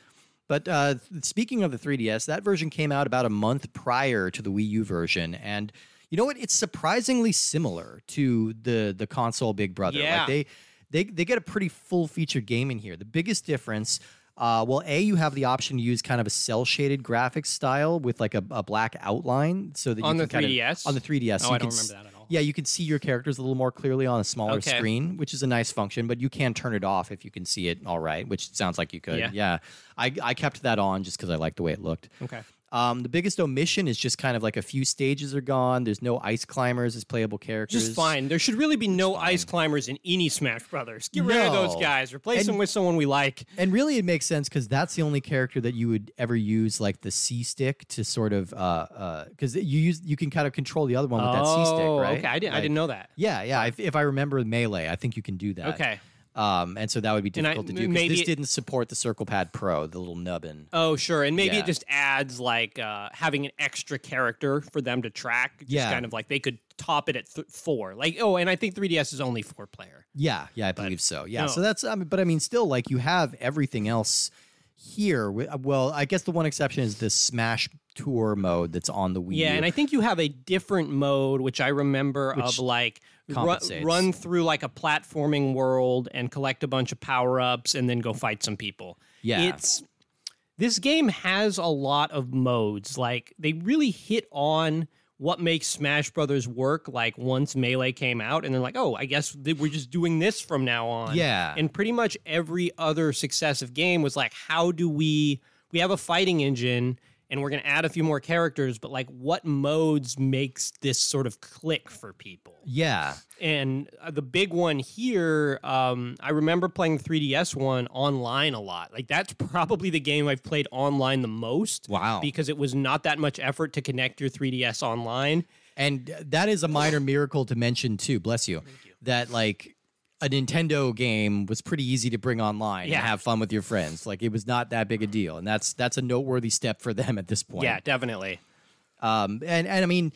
[SPEAKER 1] But uh, th- speaking of the 3DS, that version came out about a month prior to the Wii U version, and you know what? It's surprisingly similar to the the console Big Brother.
[SPEAKER 2] Yeah.
[SPEAKER 1] Like they they they get a pretty full featured game in here. The biggest difference. Uh, well, a you have the option to use kind of a cell shaded graphics style with like a, a black outline, so that you
[SPEAKER 2] On the
[SPEAKER 1] can kind of-
[SPEAKER 2] 3DS?
[SPEAKER 1] on the 3DS.
[SPEAKER 2] Oh,
[SPEAKER 1] you
[SPEAKER 2] I
[SPEAKER 1] can
[SPEAKER 2] don't
[SPEAKER 1] s-
[SPEAKER 2] remember that at all.
[SPEAKER 1] Yeah, you can see your characters a little more clearly on a smaller
[SPEAKER 2] Okay.
[SPEAKER 1] screen, which is a nice function, but you can turn it off if you can see it all right, which sounds like you could.
[SPEAKER 2] Yeah.
[SPEAKER 1] Yeah. I, I kept that on just because I liked the way it looked.
[SPEAKER 2] Okay.
[SPEAKER 1] Um, the biggest omission is just kind of like a few stages are gone. There's no ice climbers as playable characters.
[SPEAKER 2] Just fine. There should really be no ice climbers in any Smash Brothers. Get rid of those
[SPEAKER 1] No.
[SPEAKER 2] guys. Replace
[SPEAKER 1] And-
[SPEAKER 2] them with someone we like.
[SPEAKER 1] And really, it makes sense because that's the only character that you would ever use, like the C stick, to sort of because you use you can kind of control the other one with that C stick,
[SPEAKER 2] Oh,
[SPEAKER 1] right?
[SPEAKER 2] Okay, I, did, I
[SPEAKER 1] Like-
[SPEAKER 2] didn't know that.
[SPEAKER 1] Yeah, yeah. If, if I remember melee, I think you can do that.
[SPEAKER 2] Okay.
[SPEAKER 1] Um, and so that would be
[SPEAKER 2] And I-
[SPEAKER 1] difficult to do because
[SPEAKER 2] maybe
[SPEAKER 1] this
[SPEAKER 2] it-
[SPEAKER 1] didn't support the Circle Pad Pro, the little nubbin.
[SPEAKER 2] Oh, sure. And maybe
[SPEAKER 1] Yeah.
[SPEAKER 2] it just adds like uh, having an extra character for them to track. Just
[SPEAKER 1] Yeah.
[SPEAKER 2] kind of like they could top it at th- four. Like, oh, and I think 3DS is only four player.
[SPEAKER 1] Yeah, yeah, I believe so. Yeah,
[SPEAKER 2] no.
[SPEAKER 1] so that's. I mean, but I mean, still, like you have everything else here. Wi- Well, I guess the one exception is this Smash Tour mode that's on the Wii.
[SPEAKER 2] Yeah,
[SPEAKER 1] U.
[SPEAKER 2] and I think you have a different mode, which I remember
[SPEAKER 1] Which
[SPEAKER 2] of like ru-
[SPEAKER 1] compensates.
[SPEAKER 2] run through like a platforming world and collect a bunch of power ups and then go fight some people.
[SPEAKER 1] Yeah.
[SPEAKER 2] it's this game has a lot of modes. Like they really hit on what makes Smash Brothers work. Like once Melee came out, and they're like, oh, I guess th- we're just doing this from now on.
[SPEAKER 1] Yeah.
[SPEAKER 2] and pretty much every other successive game was like, how do we? We have a fighting engine. And we're gonna add a few more characters, but like, what modes makes this sort of click for people?
[SPEAKER 1] yeah,
[SPEAKER 2] And uh, the big one here, um, I remember playing the 3DS one online a lot. Like that's probably the game I've played online the most.
[SPEAKER 1] Wow.
[SPEAKER 2] Because it was not that much effort to connect your 3DS online.
[SPEAKER 1] and that is a minor miracle to mention too. Bless you. That like. A Nintendo game was pretty easy to bring online
[SPEAKER 2] Yeah.
[SPEAKER 1] and have fun with your friends. Like it was not that big a deal, and that's that's a noteworthy step for them at this point.
[SPEAKER 2] Yeah, definitely.
[SPEAKER 1] Um, and and I mean,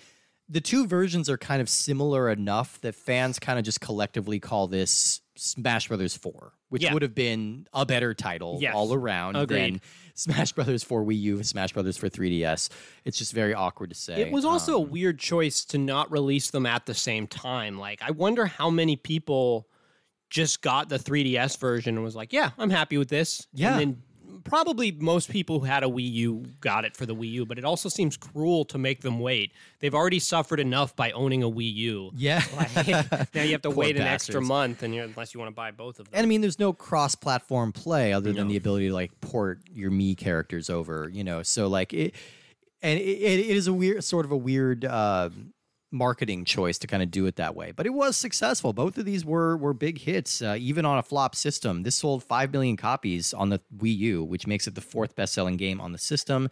[SPEAKER 1] the two versions are kind of similar enough that fans kind of just collectively call this Smash Brothers Four, which
[SPEAKER 2] Yeah.
[SPEAKER 1] would have been a better title
[SPEAKER 2] Yes.
[SPEAKER 1] all around
[SPEAKER 2] Agreed.
[SPEAKER 1] than Smash Brothers for Wii U, Smash Brothers for 3DS. It's just very awkward to say. Uh, um,
[SPEAKER 2] It was also a weird choice to not release them at the same time. Like I wonder how many people just got the 3DS version and was like, "Yeah, I'm happy with this."
[SPEAKER 1] Yeah.
[SPEAKER 2] And then probably most people who had a Wii U got it for the Wii U, but it also seems cruel to make them wait. They've already suffered enough by owning a Wii U.
[SPEAKER 1] yeah.
[SPEAKER 2] Like, now you have to
[SPEAKER 1] Poor
[SPEAKER 2] wait an extra
[SPEAKER 1] bastards.
[SPEAKER 2] month and you're, unless you want to buy both of them.
[SPEAKER 1] And I mean, there's no cross-platform play other than
[SPEAKER 2] No.
[SPEAKER 1] the ability to like port your me characters over, you know. So like it, and it, it it is a weird sort of a weird uh, marketing choice to kind of do it that way. But it was successful. Both of these were were big hits, uh, even on a flop system. This sold five million copies on the Wii U, which makes it the fourth best-selling game on the system.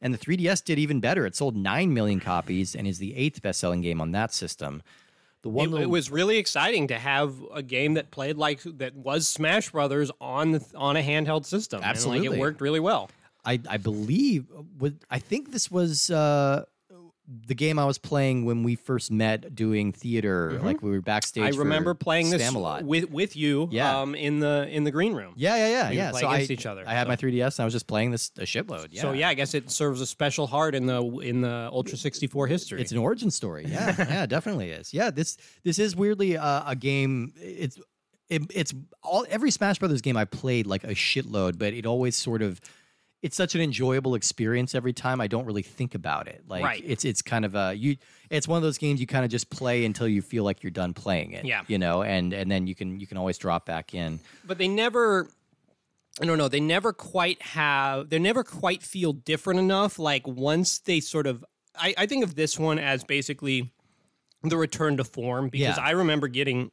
[SPEAKER 1] And the 3DS did even better. It sold nine million copies and is the eighth best-selling game on that system. The one
[SPEAKER 2] it,
[SPEAKER 1] little-
[SPEAKER 2] it was really exciting to have a game that played like that was Smash Brothers on the, on a handheld system. And, like,
[SPEAKER 1] Absolutely.
[SPEAKER 2] it worked really well.
[SPEAKER 1] I I believe was I think this was uh the game I was playing when we first met doing theater. Like we were backstage.
[SPEAKER 2] Mm-hmm. I
[SPEAKER 1] for
[SPEAKER 2] remember playing this
[SPEAKER 1] Spamalot.
[SPEAKER 2] with with you
[SPEAKER 1] Yeah.
[SPEAKER 2] um, in the in the green room.
[SPEAKER 1] Yeah, yeah, yeah,
[SPEAKER 2] We
[SPEAKER 1] yeah.
[SPEAKER 2] play
[SPEAKER 1] so
[SPEAKER 2] against
[SPEAKER 1] I,
[SPEAKER 2] each other,
[SPEAKER 1] I had
[SPEAKER 2] so.
[SPEAKER 1] my 3ds and I was just playing this a shitload. Yeah.
[SPEAKER 2] So yeah, I guess it serves a special heart in the in the Ultra 64 history.
[SPEAKER 1] It's an origin story. Yeah, yeah, it definitely is. Yeah, this this is weirdly uh, a game. It's it, it's all every Smash Brothers game I played like a shitload, but it always sort of it's such an enjoyable experience every time. I don't really think about it. Like
[SPEAKER 2] Right.
[SPEAKER 1] it's it's kind of a you. It's one of those games you kind of just play until you feel like you're done playing it.
[SPEAKER 2] Yeah.
[SPEAKER 1] you know, and and then you can you can always drop back in.
[SPEAKER 2] but they never I don't know, they never quite have they never quite feel different enough. Like once they sort of I, I think of this one as basically the return to form because
[SPEAKER 1] Yeah.
[SPEAKER 2] I remember getting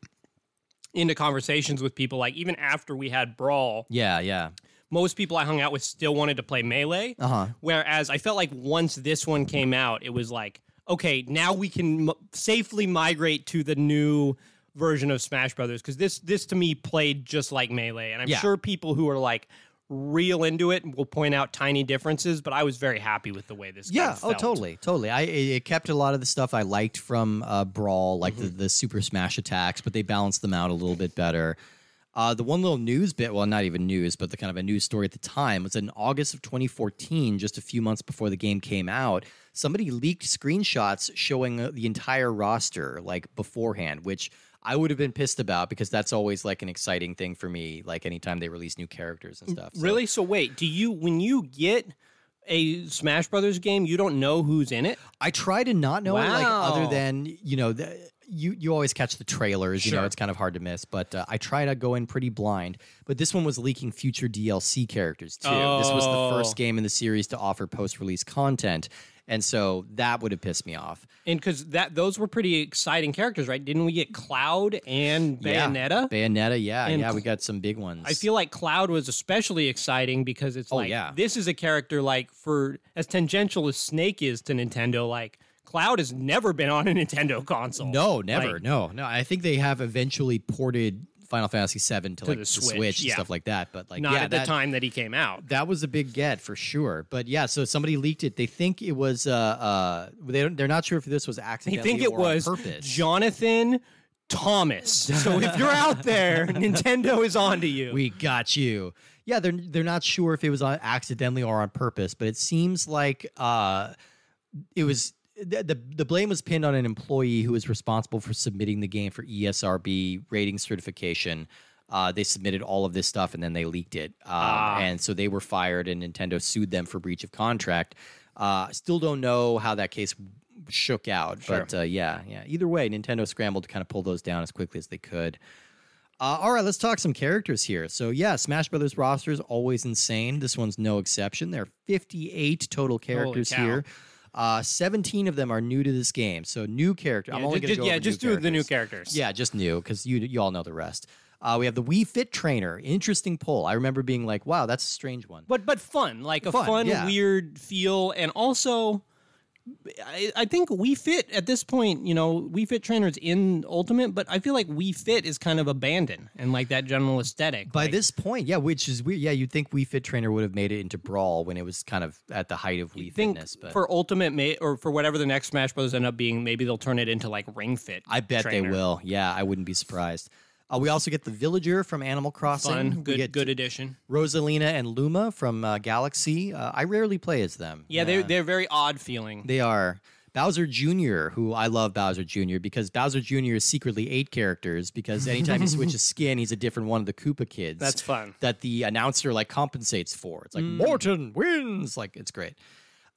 [SPEAKER 2] into conversations with people like even after we had Brawl,
[SPEAKER 1] Yeah, yeah,
[SPEAKER 2] most people I hung out with still wanted to play Melee.
[SPEAKER 1] uh huh.
[SPEAKER 2] Whereas I felt like once this one came out, it was like, okay, now we can m- safely migrate to the new version of Smash Brothers because this this to me played just like Melee, and I'm
[SPEAKER 1] Yeah.
[SPEAKER 2] sure people who are like real into it will point out tiny differences, but I was very happy with the way this.
[SPEAKER 1] Yeah.
[SPEAKER 2] Game
[SPEAKER 1] Oh,
[SPEAKER 2] felt.
[SPEAKER 1] totally, totally. I it, it kept a lot of the stuff I liked from uh, Brawl, like the, the Super Smash attacks, but they balanced them out a little bit better. Uh, the one little news bit, well, not even news, but the kind of a news story at the time was in August of 2014, just a few months before the game came out. Somebody leaked screenshots showing uh, the entire roster like beforehand, which I would have been pissed about because that's always like an exciting thing for me. Like anytime they release new characters and stuff. So-
[SPEAKER 2] Really? So wait, do you when you get a Smash Brothers game, you don't know who's in it?
[SPEAKER 1] I try to not know it, like other
[SPEAKER 2] Wow.
[SPEAKER 1] than you know, the, you you always catch the trailers. You know,
[SPEAKER 2] Sure.
[SPEAKER 1] it's kind of hard to miss, but uh, I try to go in pretty blind. But this one was leaking future DLC characters too. This was the
[SPEAKER 2] Oh.
[SPEAKER 1] first game in the series to offer post-release content, and so that would have pissed me off.
[SPEAKER 2] And because that those were pretty exciting characters, right? Didn't we get Cloud and
[SPEAKER 1] yeah.
[SPEAKER 2] Bayonetta?
[SPEAKER 1] Bayonetta, yeah,
[SPEAKER 2] And
[SPEAKER 1] yeah, we got some big ones.
[SPEAKER 2] I feel like Cloud was especially exciting because it's like
[SPEAKER 1] Oh, yeah.
[SPEAKER 2] this is a character like for as tangential as Snake is to Nintendo, like Cloud has never been on a Nintendo console.
[SPEAKER 1] no, never,
[SPEAKER 2] Like-
[SPEAKER 1] no, no. I think they have eventually ported Final Fantasy VII to, like
[SPEAKER 2] the
[SPEAKER 1] the Switch,
[SPEAKER 2] Switch,
[SPEAKER 1] and
[SPEAKER 2] yeah.
[SPEAKER 1] stuff like that. But like,
[SPEAKER 2] not
[SPEAKER 1] yeah,
[SPEAKER 2] at the
[SPEAKER 1] that-
[SPEAKER 2] time that he came out.
[SPEAKER 1] That was a big get for sure. But yeah, so somebody leaked it. They think it was. Uh, uh, they don't, they're not sure if this was
[SPEAKER 2] I
[SPEAKER 1] accidental.
[SPEAKER 2] think it
[SPEAKER 1] or
[SPEAKER 2] was
[SPEAKER 1] on purpose.
[SPEAKER 2] Jonathan Thomas. So if you're out there, Nintendo is on to you.
[SPEAKER 1] we got you. Yeah, they're they're not sure if it was on accidentally or on purpose, but it seems like uh, it was. The, the, the blame was pinned on an employee who was responsible for submitting the game for E ESRB rating certification. Uh, they submitted all of this stuff and then they leaked it. Um,
[SPEAKER 2] Ah.
[SPEAKER 1] And so they were fired, and Nintendo sued them for breach of contract. Uh, still don't know how that case shook out, but uh, yeah, yeah. Either way, Nintendo scrambled to kind of pull those down as quickly as they could. Uh, all right, let's talk some characters here. So, yeah, Smash Brothers roster is always insane. This one's no exception. There are 58 total characters
[SPEAKER 2] cow.
[SPEAKER 1] here. Uh, 17 of them are new to this game. So, new character. I'm
[SPEAKER 2] yeah,
[SPEAKER 1] only
[SPEAKER 2] just,
[SPEAKER 1] going to go
[SPEAKER 2] yeah,
[SPEAKER 1] over
[SPEAKER 2] just do
[SPEAKER 1] new
[SPEAKER 2] the new
[SPEAKER 1] characters.
[SPEAKER 2] characters.
[SPEAKER 1] Yeah, just new because you you all know the rest. Uh, we have the Wii Fit Trainer. Interesting poll. I remember being like, wow, that's a strange one.
[SPEAKER 2] but but fun, like a
[SPEAKER 1] Fun,
[SPEAKER 2] fun,
[SPEAKER 1] yeah.
[SPEAKER 2] weird feel, and also. I, I think We Fit at this point, you know, We Fit trainers in Ultimate, but I feel like We Fit is kind of abandoned and like that general aesthetic.
[SPEAKER 1] By
[SPEAKER 2] like,
[SPEAKER 1] this point, yeah, which is weird. Yeah, you'd think Wii Fit Trainer would have made it into Brawl when it was kind of at the height of Wii
[SPEAKER 2] I think
[SPEAKER 1] Fitness. But
[SPEAKER 2] for Ultimate may, or for whatever the next Smash Bros. end up being, maybe they'll turn it into like Ring Fit.
[SPEAKER 1] I bet they
[SPEAKER 2] trainer.
[SPEAKER 1] will. Yeah, I wouldn't be surprised. Uh, we also get the villager from Animal Crossing.
[SPEAKER 2] Fun,
[SPEAKER 1] we
[SPEAKER 2] good,
[SPEAKER 1] get
[SPEAKER 2] good addition.
[SPEAKER 1] Rosalina and Luma from uh, Galaxy. Uh, I rarely play as them.
[SPEAKER 2] Yeah, they're they're very odd feeling.
[SPEAKER 1] They are Bowser Jr., who I love Bowser Jr. because Bowser Jr. is secretly eight characters because anytime he switches skin, he's a different one of the Koopa kids.
[SPEAKER 2] That's fun. Mm.
[SPEAKER 1] That the announcer like compensates for. It's like Morton wins. Like it's great.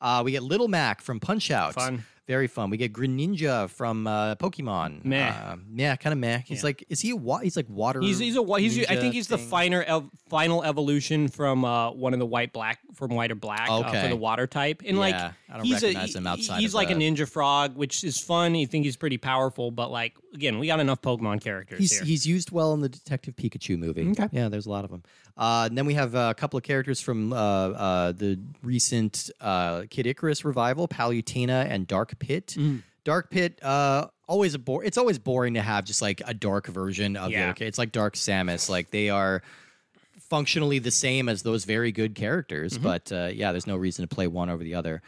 [SPEAKER 1] Uh, we get Little Mac from Punch Out.
[SPEAKER 2] Fun.
[SPEAKER 1] Very fun. We get Greninja from uh, Pokemon.
[SPEAKER 2] Meh.
[SPEAKER 1] Uh, yeah, kind of meh. He's like, is he a wa- He's like water.
[SPEAKER 2] He's he's a wa- he's I
[SPEAKER 1] ninja
[SPEAKER 2] think he's the
[SPEAKER 1] thing.
[SPEAKER 2] finer ev- final evolution from uh, one of the white black from white or black uh,
[SPEAKER 1] Okay.
[SPEAKER 2] for the water type and like
[SPEAKER 1] Yeah, I don't
[SPEAKER 2] he's a-
[SPEAKER 1] recognize him outside
[SPEAKER 2] He's
[SPEAKER 1] of
[SPEAKER 2] like a
[SPEAKER 1] the-
[SPEAKER 2] ninja frog, which is fun. You think he's pretty powerful, but like again, we got enough Pokemon characters
[SPEAKER 1] He's,
[SPEAKER 2] here.
[SPEAKER 1] he's used well in the Detective Pikachu movie.
[SPEAKER 2] Okay.
[SPEAKER 1] Yeah, there's a lot of them. Uh, and then we have uh, a couple of characters from uh, uh, the recent uh, Kid Icarus revival, Palutena and Dark Pit. Dark Pit, uh, always a bore. It's always boring to have just like a dark version of
[SPEAKER 2] Yeah.
[SPEAKER 1] your. It's like Dark Samus. Like they are
[SPEAKER 2] Mm-hmm.
[SPEAKER 1] functionally the same as those very good characters, but uh, yeah, there's no reason to play one over the other.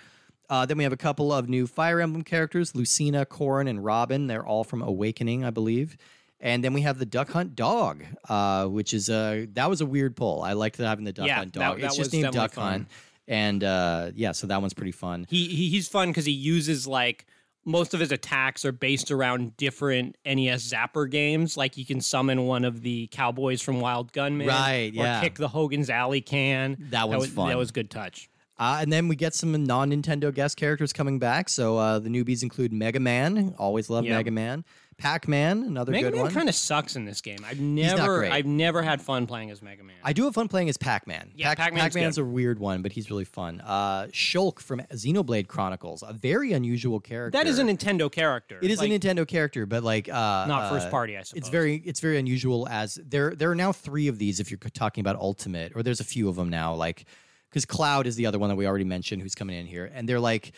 [SPEAKER 1] Uh, then we have a couple of new Fire Emblem characters Lucina, Corin, and Robin. They're all from Awakening, I believe. And then we have the Duck Hunt Dog, uh, which is a that was a weird pull. I liked having the Duck
[SPEAKER 2] Yeah,
[SPEAKER 1] Hunt
[SPEAKER 2] that-
[SPEAKER 1] Dog.
[SPEAKER 2] that
[SPEAKER 1] it's
[SPEAKER 2] was
[SPEAKER 1] just named
[SPEAKER 2] definitely
[SPEAKER 1] Duck
[SPEAKER 2] fun.
[SPEAKER 1] Hunt, and uh, yeah, so that one's pretty fun.
[SPEAKER 2] He, he he's fun because he uses like most of his attacks are based around different NES Zapper games. Like you can summon one of the cowboys from Wild Gunman,
[SPEAKER 1] Right,
[SPEAKER 2] Or
[SPEAKER 1] yeah.
[SPEAKER 2] kick the Hogan's Alley can.
[SPEAKER 1] That one's fun.
[SPEAKER 2] That was good touch.
[SPEAKER 1] Uh, and then we get some non Nintendo guest characters coming back. So uh, the newbies include Mega Man. Always love
[SPEAKER 2] Yeah.
[SPEAKER 1] Mega Man. Pac Man, another
[SPEAKER 2] Mega
[SPEAKER 1] good
[SPEAKER 2] Man
[SPEAKER 1] one.
[SPEAKER 2] kind of sucks in this game. I've
[SPEAKER 1] not
[SPEAKER 2] never
[SPEAKER 1] great.
[SPEAKER 2] I've never had fun playing as Mega Man.
[SPEAKER 1] I do have fun playing as Pac Man.
[SPEAKER 2] Yeah, Pac-Man's
[SPEAKER 1] Pac Man's a weird one, but he's really fun. Uh, Shulk from Xenoblade Chronicles, a very unusual character.
[SPEAKER 2] that is a Nintendo character.
[SPEAKER 1] It is
[SPEAKER 2] Like,
[SPEAKER 1] a Nintendo character, but like uh,
[SPEAKER 2] not first
[SPEAKER 1] uh,
[SPEAKER 2] party. I suppose
[SPEAKER 1] It's very it's very unusual as there there are now three of these if you're talking about Ultimate or there's a few of them now like because Cloud is the other one that we already mentioned who's coming in here and they're like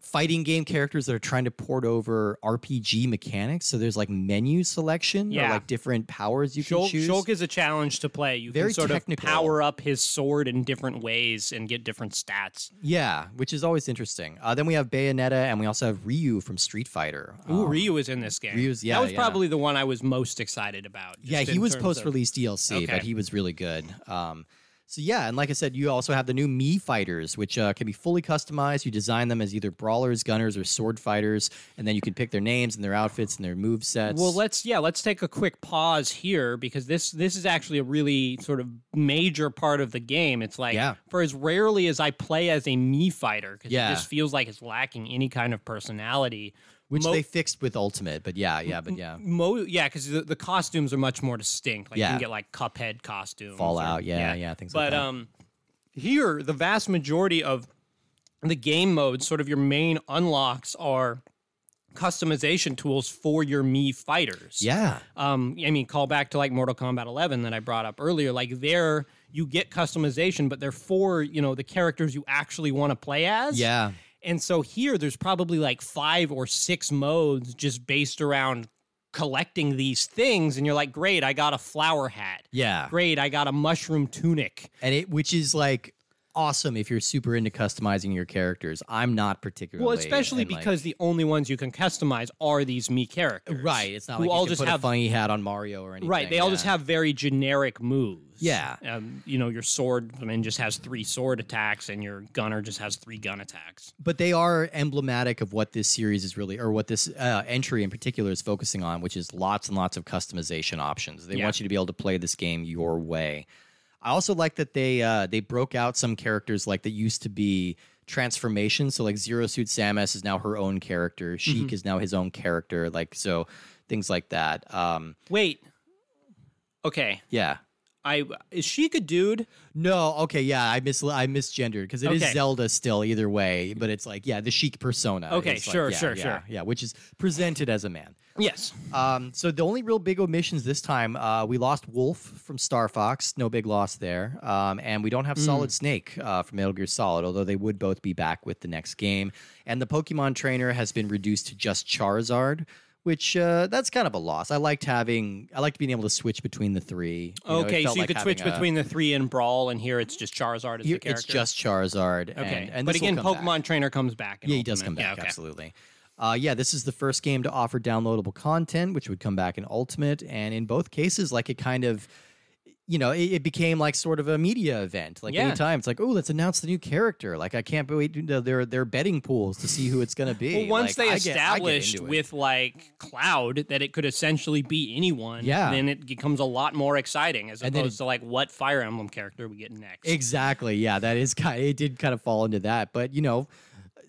[SPEAKER 1] fighting game characters that are trying to port over RPG mechanics so there's like menu selection or
[SPEAKER 2] Yeah.
[SPEAKER 1] like different powers you
[SPEAKER 2] Shulk,
[SPEAKER 1] can choose
[SPEAKER 2] Shulk is a challenge to play. You
[SPEAKER 1] Very
[SPEAKER 2] can sort
[SPEAKER 1] technical.
[SPEAKER 2] of power up his sword in different ways and get different stats.
[SPEAKER 1] yeah which is always interesting uh, then we have Bayonetta and we also have Ryu from Street Fighter
[SPEAKER 2] Ooh,
[SPEAKER 1] Um,
[SPEAKER 2] Ryu is in this game.
[SPEAKER 1] Ryu's- yeah,
[SPEAKER 2] that was
[SPEAKER 1] yeah.
[SPEAKER 2] probably the one I was most excited about. just
[SPEAKER 1] Yeah, he
[SPEAKER 2] in
[SPEAKER 1] was
[SPEAKER 2] terms
[SPEAKER 1] post
[SPEAKER 2] of-
[SPEAKER 1] release DLC, but
[SPEAKER 2] Okay.
[SPEAKER 1] he was really good. Um, so yeah, and like I said, you also have the new Mii fighters, which uh, can be fully customized. You design them as either brawlers, gunners, or sword fighters, and then you can pick their names and their outfits and their move sets.
[SPEAKER 2] Well, let's yeah, let's take a quick pause here because this this is actually a really sort of major part of the game. It's like
[SPEAKER 1] Yeah.
[SPEAKER 2] for as rarely as I play as a me fighter, because
[SPEAKER 1] Yeah.
[SPEAKER 2] it just feels like it's lacking any kind of personality.
[SPEAKER 1] which
[SPEAKER 2] mo- Mm-hmm.
[SPEAKER 1] they fixed with Ultimate, but yeah, yeah, but yeah,
[SPEAKER 2] Mo- yeah, because the, the costumes are much more distinct. Like you
[SPEAKER 1] Yeah.
[SPEAKER 2] can get like Cuphead costumes, or-
[SPEAKER 1] Fallout, yeah, yeah, things like
[SPEAKER 2] But
[SPEAKER 1] that.
[SPEAKER 2] um, here the vast majority of the game modes, sort of your main unlocks, are customization tools for your Mii fighters.
[SPEAKER 1] yeah,
[SPEAKER 2] Um, I mean, call back to like Mortal Kombat 11 that I brought up earlier. Like there, you get customization, but they're for you know the characters you actually want to play as.
[SPEAKER 1] yeah.
[SPEAKER 2] And so here, there's probably like five or six modes just based around collecting these things. And you're like, great, I got a flower hat.
[SPEAKER 1] Yeah,
[SPEAKER 2] Great, I got a mushroom tunic.
[SPEAKER 1] and it which is like awesome if you're super into customizing your characters. I'm not particularly
[SPEAKER 2] Well, especially
[SPEAKER 1] and, like-
[SPEAKER 2] because the only ones you can customize are these me characters.
[SPEAKER 1] right, it's not
[SPEAKER 2] who
[SPEAKER 1] like you
[SPEAKER 2] all
[SPEAKER 1] can
[SPEAKER 2] just
[SPEAKER 1] put
[SPEAKER 2] have-
[SPEAKER 1] a funny hat on Mario or anything.
[SPEAKER 2] Right. They all
[SPEAKER 1] yeah.
[SPEAKER 2] just have very generic moves.
[SPEAKER 1] Yeah.
[SPEAKER 2] Um, you know, your swordman just has three sword attacks, and your gunner just has three gun attacks.
[SPEAKER 1] but they are emblematic of what this series is really or what this uh, entry in particular is focusing on which is lots and lots of customization options they
[SPEAKER 2] Yeah.
[SPEAKER 1] want you to be able to play this game your way i also like that they uh, they broke out some characters like that used to be transformations so like zero suit samus is now her own character sheik is now his own character like so things like that um
[SPEAKER 2] Wait. Okay.
[SPEAKER 1] yeah
[SPEAKER 2] I is Sheik a dude?
[SPEAKER 1] no okay yeah i mis i misgendered because it is
[SPEAKER 2] Okay.
[SPEAKER 1] zelda still either way but it's like yeah the chic persona
[SPEAKER 2] Okay,
[SPEAKER 1] is, like,
[SPEAKER 2] sure,
[SPEAKER 1] yeah,
[SPEAKER 2] sure,
[SPEAKER 1] yeah,
[SPEAKER 2] sure.
[SPEAKER 1] yeah which is presented as a man
[SPEAKER 2] Yes.
[SPEAKER 1] Um, so the only real big omissions this time, uh, we lost Wolf from Star Fox, no big loss there, um, and we don't
[SPEAKER 2] Hmm.
[SPEAKER 1] have Solid Snake uh, from Metal Gear Solid, although they would both be back with the next game. And the Pokemon trainer has been reduced to just Charizard, which uh, that's kind of a loss. I liked having, I liked being able to switch between the three. You know, it
[SPEAKER 2] okay, so
[SPEAKER 1] felt
[SPEAKER 2] you
[SPEAKER 1] like
[SPEAKER 2] could switch
[SPEAKER 1] having a-
[SPEAKER 2] between the three in Brawl, and here it's just Charizard as
[SPEAKER 1] here
[SPEAKER 2] the character.
[SPEAKER 1] it's just Charizard.
[SPEAKER 2] okay.
[SPEAKER 1] and, and
[SPEAKER 2] but
[SPEAKER 1] this will
[SPEAKER 2] again,
[SPEAKER 1] come back.
[SPEAKER 2] Pokemon Trainer comes back. in
[SPEAKER 1] Yeah, he does
[SPEAKER 2] Ultimate.
[SPEAKER 1] come back.
[SPEAKER 2] Yeah, okay.
[SPEAKER 1] Absolutely. Uh, yeah, this is the first game to offer downloadable content, which would come back in Ultimate. And in both cases, like it kind of, you know, it, it became like sort of a media event. Like
[SPEAKER 2] Yeah.
[SPEAKER 1] anytime, it's like, oh, let's announce the new character. Like I can't wait. You know, they're they're betting pools to see who it's going to be.
[SPEAKER 2] Well, once
[SPEAKER 1] Like,
[SPEAKER 2] they
[SPEAKER 1] I get- I get
[SPEAKER 2] established
[SPEAKER 1] into it.
[SPEAKER 2] with like Cloud that it could essentially be anyone,
[SPEAKER 1] Yeah.
[SPEAKER 2] then it becomes a lot more exciting as
[SPEAKER 1] And then
[SPEAKER 2] opposed to like what Fire Emblem character we get next.
[SPEAKER 1] Exactly. Yeah, that is kind. It did kind of fall into that, but you know,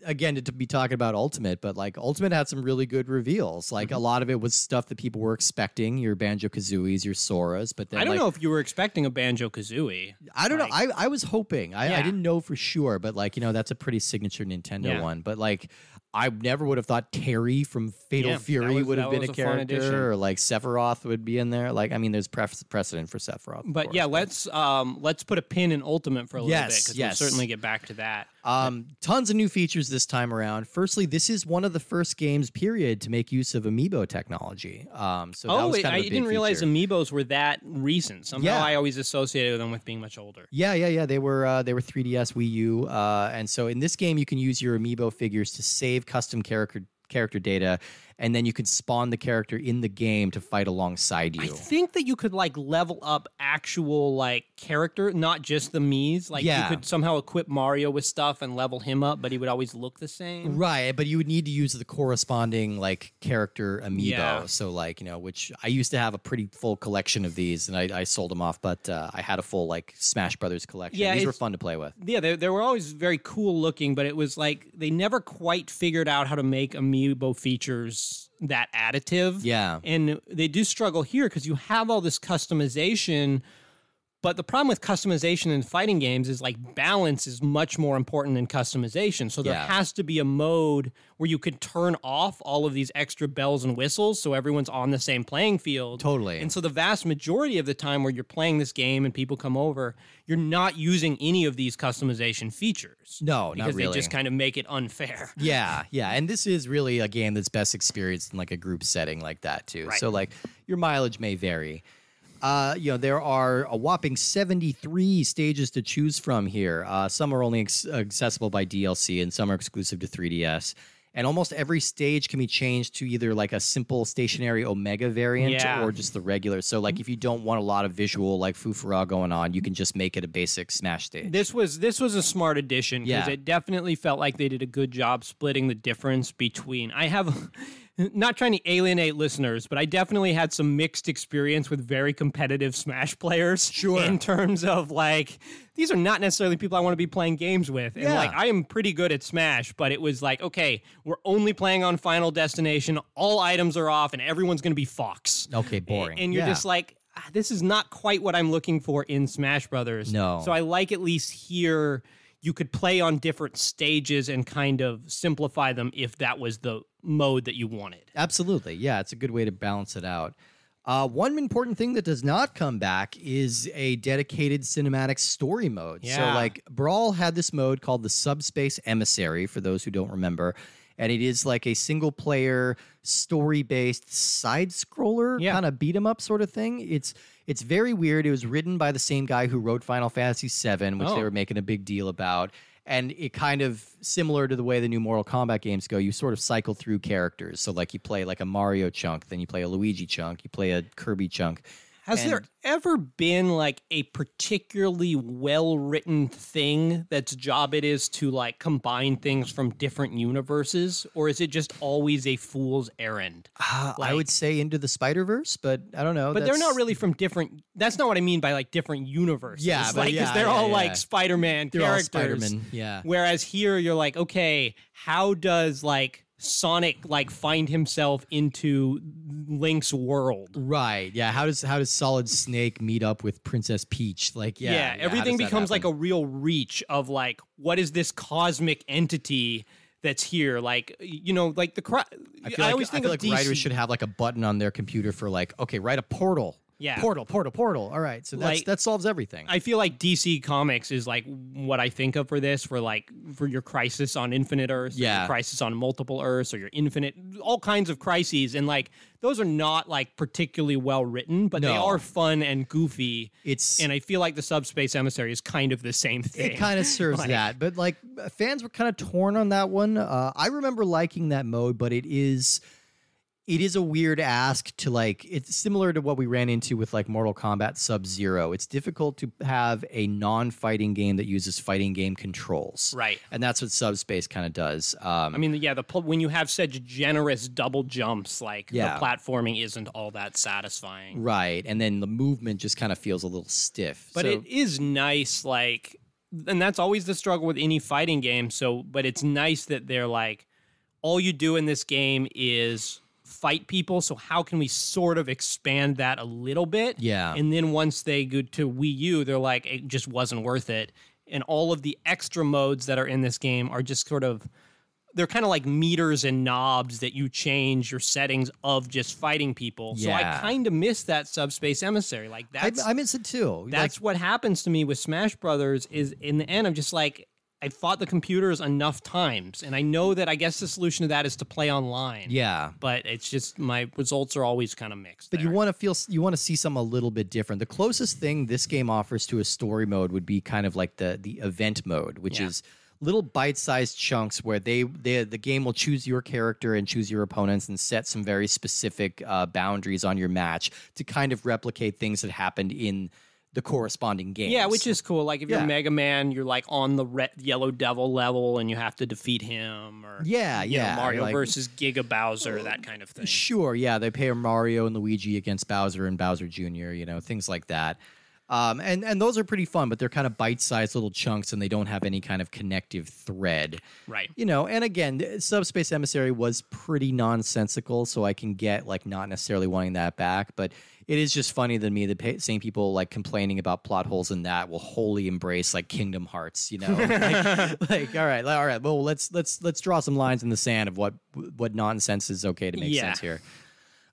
[SPEAKER 1] again, to, to be talking about Ultimate, but like Ultimate had some really good reveals. Like
[SPEAKER 2] Mm-hmm.
[SPEAKER 1] a lot of it was stuff that people were expecting. Your Banjo Kazooies, your Soras, but then
[SPEAKER 2] I don't
[SPEAKER 1] like,
[SPEAKER 2] know if you were expecting a Banjo Kazooie.
[SPEAKER 1] I don't know. I, I was hoping. I, I
[SPEAKER 2] Yeah.
[SPEAKER 1] didn't know for sure, but like, you know, that's a pretty signature Nintendo
[SPEAKER 2] Yeah.
[SPEAKER 1] one. But like, I never would have thought Terry from Fatal
[SPEAKER 2] Yeah, that
[SPEAKER 1] Fury
[SPEAKER 2] was-
[SPEAKER 1] would have
[SPEAKER 2] that
[SPEAKER 1] been a
[SPEAKER 2] was a fun addition.
[SPEAKER 1] character, or like Sephiroth would be in there. Like, I mean, there's pref- precedent for Sephiroth. of
[SPEAKER 2] But
[SPEAKER 1] course,
[SPEAKER 2] yeah, let's um let's put a pin in Ultimate for a little bit
[SPEAKER 1] Yes,
[SPEAKER 2] because
[SPEAKER 1] yes.
[SPEAKER 2] we'll certainly get back to that.
[SPEAKER 1] Um, tons of new features this time around. Firstly, this is one of the first games, period, to make use of amiibo technology. Um, so that
[SPEAKER 2] oh,
[SPEAKER 1] was
[SPEAKER 2] wait,
[SPEAKER 1] kind
[SPEAKER 2] I
[SPEAKER 1] of a big
[SPEAKER 2] didn't realize
[SPEAKER 1] feature.
[SPEAKER 2] amiibos were that recent. Somehow
[SPEAKER 1] Yeah.
[SPEAKER 2] I always associated them with being much older.
[SPEAKER 1] Yeah, yeah, yeah. They were uh, they were 3DS, Wii U, uh, and so in this game you can use your amiibo figures to save custom character character data, and then you can spawn the character in the game to fight alongside you.
[SPEAKER 2] I think that you could like level up actual like character, not just the Mii's. Like
[SPEAKER 1] Yeah.
[SPEAKER 2] you could somehow equip Mario with stuff and level him up, but he would always look the same.
[SPEAKER 1] Right, but you would need to use the corresponding like character amiibo.
[SPEAKER 2] Yeah.
[SPEAKER 1] So like you know, which I used to have a pretty full collection of these, and I, I sold them off. But uh, I had a full like Smash Brothers collection.
[SPEAKER 2] Yeah,
[SPEAKER 1] these were
[SPEAKER 2] it's-
[SPEAKER 1] fun to play with.
[SPEAKER 2] Yeah, they, they were always very cool looking, but it was like they never quite figured out how to make amiibo features that additive.
[SPEAKER 1] Yeah,
[SPEAKER 2] And they do struggle here because you have all this customization. But the problem with customization in fighting games is like balance is much more important than customization. So there
[SPEAKER 1] Yeah.
[SPEAKER 2] has to be a mode where you could turn off all of these extra bells and whistles so everyone's on the same playing field.
[SPEAKER 1] totally.
[SPEAKER 2] And so the vast majority of the time where you're playing this game and people come over, you're not using any of these customization features.
[SPEAKER 1] no, not
[SPEAKER 2] because
[SPEAKER 1] really.
[SPEAKER 2] they just kind of make it unfair.
[SPEAKER 1] Yeah, yeah, and this is really a game that's best experienced in like a group setting like that too.
[SPEAKER 2] Right.
[SPEAKER 1] So like your mileage may vary. Uh, you know there are a whopping 73 stages to choose from here. Uh, some are only ex- accessible by DLC, and some are exclusive to 3DS. And almost every stage can be changed to either like a simple stationary Omega variant
[SPEAKER 2] Yeah.
[SPEAKER 1] or just the regular. So like if you don't want a lot of visual like fufara going on, you can just make it a basic Smash stage.
[SPEAKER 2] This was this was a smart addition because
[SPEAKER 1] Yeah.
[SPEAKER 2] it definitely felt like they did a good job splitting the difference between. I have not trying to alienate listeners, but I definitely had some mixed experience with very competitive Smash players.
[SPEAKER 1] Sure.
[SPEAKER 2] In terms of like, these are not necessarily people I want to be playing games with. And
[SPEAKER 1] Yeah.
[SPEAKER 2] like, I am pretty good at Smash, but it was like, okay, we're only playing on Final Destination. All items are off, and everyone's going to be Fox.
[SPEAKER 1] Okay, boring.
[SPEAKER 2] And you're
[SPEAKER 1] Yeah.
[SPEAKER 2] just like, "Ah, this is not quite what I'm looking for in Smash Brothers.
[SPEAKER 1] No.
[SPEAKER 2] So I like at least here you could play on different stages and kind of simplify them if that was the mode that you wanted.
[SPEAKER 1] Absolutely. Yeah, it's a good way to balance it out. Uh, one important thing that does not come back is a dedicated cinematic story mode. So,
[SPEAKER 2] Yeah.
[SPEAKER 1] like, Brawl had this mode called the Subspace Emissary, for those who don't remember. And it is like a single player, story based side scroller,
[SPEAKER 2] Yeah.
[SPEAKER 1] kind of beat 'em up sort of thing. It's it's very weird. It was written by the same guy who wrote Final Fantasy VII, which they
[SPEAKER 2] Oh.
[SPEAKER 1] were making a big deal about. And it kind of similar to the way the new Mortal Kombat games go. You sort of cycle through characters. So like you play like a Mario chunk, then you play a Luigi chunk, you play a Kirby chunk.
[SPEAKER 2] Has there
[SPEAKER 1] And-
[SPEAKER 2] ever been like a particularly well written thing that's job it is to like combine things from different universes? Or is it just always a fool's errand?
[SPEAKER 1] Ah, I
[SPEAKER 2] Like-
[SPEAKER 1] would say into the Spider Verse, but I don't know.
[SPEAKER 2] But they're not
[SPEAKER 1] that's-
[SPEAKER 2] really from different. That's not what I mean by like different universes.
[SPEAKER 1] Yeah, but
[SPEAKER 2] like 'cause
[SPEAKER 1] yeah,
[SPEAKER 2] they're
[SPEAKER 1] yeah,
[SPEAKER 2] all
[SPEAKER 1] yeah.
[SPEAKER 2] like Spider-Man
[SPEAKER 1] they're all
[SPEAKER 2] characters.
[SPEAKER 1] Spider-Man. Yeah.
[SPEAKER 2] Whereas here, you're like, okay, how does like Sonic like find himself into Link's world?
[SPEAKER 1] Right. Yeah. How does how does Solid Snake meet up with Princess Peach? Like yeah. how
[SPEAKER 2] everything
[SPEAKER 1] does that
[SPEAKER 2] becomes
[SPEAKER 1] happen?
[SPEAKER 2] like a real reach of like, what is this cosmic entity? That's here, like you know, like the. Cro- I,
[SPEAKER 1] I feel like,
[SPEAKER 2] always think
[SPEAKER 1] I feel
[SPEAKER 2] of
[SPEAKER 1] like writers
[SPEAKER 2] DC.
[SPEAKER 1] should have like a button on their computer for like, okay, write a portal.
[SPEAKER 2] Yeah.
[SPEAKER 1] Portal, portal, portal. All right. So that's,
[SPEAKER 2] Like-
[SPEAKER 1] that solves everything.
[SPEAKER 2] I feel like DC Comics is like what I think of for this, for like for your crisis on Infinite Earths, or your
[SPEAKER 1] Yeah.
[SPEAKER 2] crisis on multiple Earths, or your infinite, all kinds of crises, and like those are not like particularly well written, but they
[SPEAKER 1] No.
[SPEAKER 2] are fun and goofy.
[SPEAKER 1] it's
[SPEAKER 2] And I feel like the subspace emissary is kind of the same thing.
[SPEAKER 1] it kind of serves
[SPEAKER 2] Like-
[SPEAKER 1] that, but like fans were kind of torn on that one. Uh, I remember liking that mode, but it is it is a weird ask to like it's similar to what we ran into with like Mortal Kombat Sub Zero. It's difficult to have a non-fighting game that uses fighting game controls,
[SPEAKER 2] right.
[SPEAKER 1] and that's what Subspace kind of does. Um,
[SPEAKER 2] I mean, yeah, the pl- when you have such generous double jumps, like
[SPEAKER 1] Yeah.
[SPEAKER 2] the platforming isn't all that satisfying.
[SPEAKER 1] Right. And then the movement just kind of feels a little stiff.
[SPEAKER 2] But
[SPEAKER 1] So-
[SPEAKER 2] it is nice, like, and that's always the struggle with any fighting game. So, but it's nice that they're like, all you do in this game is fight people. So, how can we sort of expand that a little bit?
[SPEAKER 1] Yeah.
[SPEAKER 2] And then once they go to Wii U, they're like, it just wasn't worth it. And all of the extra modes that are in this game are just sort of they're kind of like meters and knobs that you change your settings of just fighting people. So I
[SPEAKER 1] Yeah.
[SPEAKER 2] kind of miss that subspace emissary. Like
[SPEAKER 1] I,
[SPEAKER 2] that's
[SPEAKER 1] I miss it too.
[SPEAKER 2] that's
[SPEAKER 1] Like,
[SPEAKER 2] what happens to me with Smash Brothers. Is in the end, I'm just like I fought the computers enough times, and I know that I guess the solution to that is to play online.
[SPEAKER 1] yeah.
[SPEAKER 2] But it's just my results are always kind of mixed.
[SPEAKER 1] But you
[SPEAKER 2] there.
[SPEAKER 1] want to feel you want to see something a little bit different. The closest thing this game offers to a story mode would be kind of like the the event mode, which
[SPEAKER 2] Yeah.
[SPEAKER 1] is little bite-sized chunks where they, they the game will choose your character and choose your opponents and set some very specific uh, boundaries on your match to kind of replicate things that happened in the corresponding games.
[SPEAKER 2] Yeah, which is cool. Like if you're
[SPEAKER 1] Yeah.
[SPEAKER 2] Mega Man, you're like on the red, yellow devil level, and you have to defeat him, or
[SPEAKER 1] Yeah,
[SPEAKER 2] you know,
[SPEAKER 1] yeah,
[SPEAKER 2] Mario
[SPEAKER 1] like-
[SPEAKER 2] versus Giga Bowser, that kind of thing.
[SPEAKER 1] Sure, yeah, they pair Mario and Luigi against Bowser and Bowser Jr., you know, things like that. Um, and and those are pretty fun, but they're kind of bite-sized little chunks, and they don't have any kind of connective thread,
[SPEAKER 2] Right.
[SPEAKER 1] you know. And again, th- Subspace Emissary was pretty nonsensical, so I can get like not necessarily wanting that back, but it is just funny to me that pa- same people like complaining about plot holes in that will wholly embrace like Kingdom Hearts, you know. like, like, all right, all right, well let's let's let's draw some lines in the sand of what what nonsense is okay to make
[SPEAKER 2] Yeah.
[SPEAKER 1] sense here.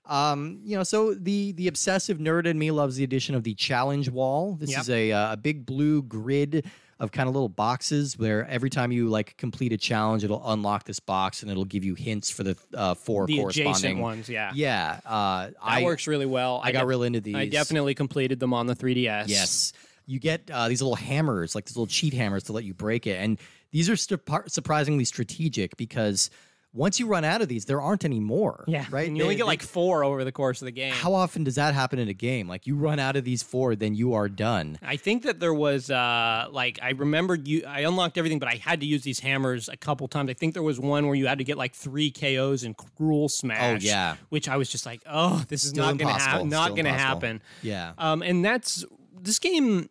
[SPEAKER 1] Um, you know, so the the obsessive nerd in me loves the addition of the challenge wall. This
[SPEAKER 2] Yep.
[SPEAKER 1] is a uh, a big blue grid of kind of little boxes where every time you like complete a challenge, it'll unlock this box and it'll give you hints for the uh, four
[SPEAKER 2] The adjacent
[SPEAKER 1] corresponding
[SPEAKER 2] ones, yeah.
[SPEAKER 1] Yeah, uh,
[SPEAKER 2] That
[SPEAKER 1] I
[SPEAKER 2] works really well.
[SPEAKER 1] I got
[SPEAKER 2] def-
[SPEAKER 1] real into these.
[SPEAKER 2] I definitely completed them on the 3DS.
[SPEAKER 1] Yes. You get uh, these little hammers, like these little cheat hammers to let you break it. And these are stu- par- surprisingly strategic because once you run out of these, there aren't any more.
[SPEAKER 2] Yeah.
[SPEAKER 1] Right?
[SPEAKER 2] And you only
[SPEAKER 1] They-
[SPEAKER 2] get
[SPEAKER 1] they-
[SPEAKER 2] like four over the course of the game.
[SPEAKER 1] How often does that happen in a game? Like you run out of these four, then you are done.
[SPEAKER 2] I think that there was uh like I remembered you I unlocked everything, but I had to use these hammers a couple times. I think there was one where you had to get like three KOs and cruel smash.
[SPEAKER 1] yeah.
[SPEAKER 2] Which I was just like, oh, this is
[SPEAKER 1] Still
[SPEAKER 2] not gonna
[SPEAKER 1] impossible,
[SPEAKER 2] happen. Not
[SPEAKER 1] still
[SPEAKER 2] gonna
[SPEAKER 1] impossible.
[SPEAKER 2] happen.
[SPEAKER 1] Yeah.
[SPEAKER 2] Um, and that's this game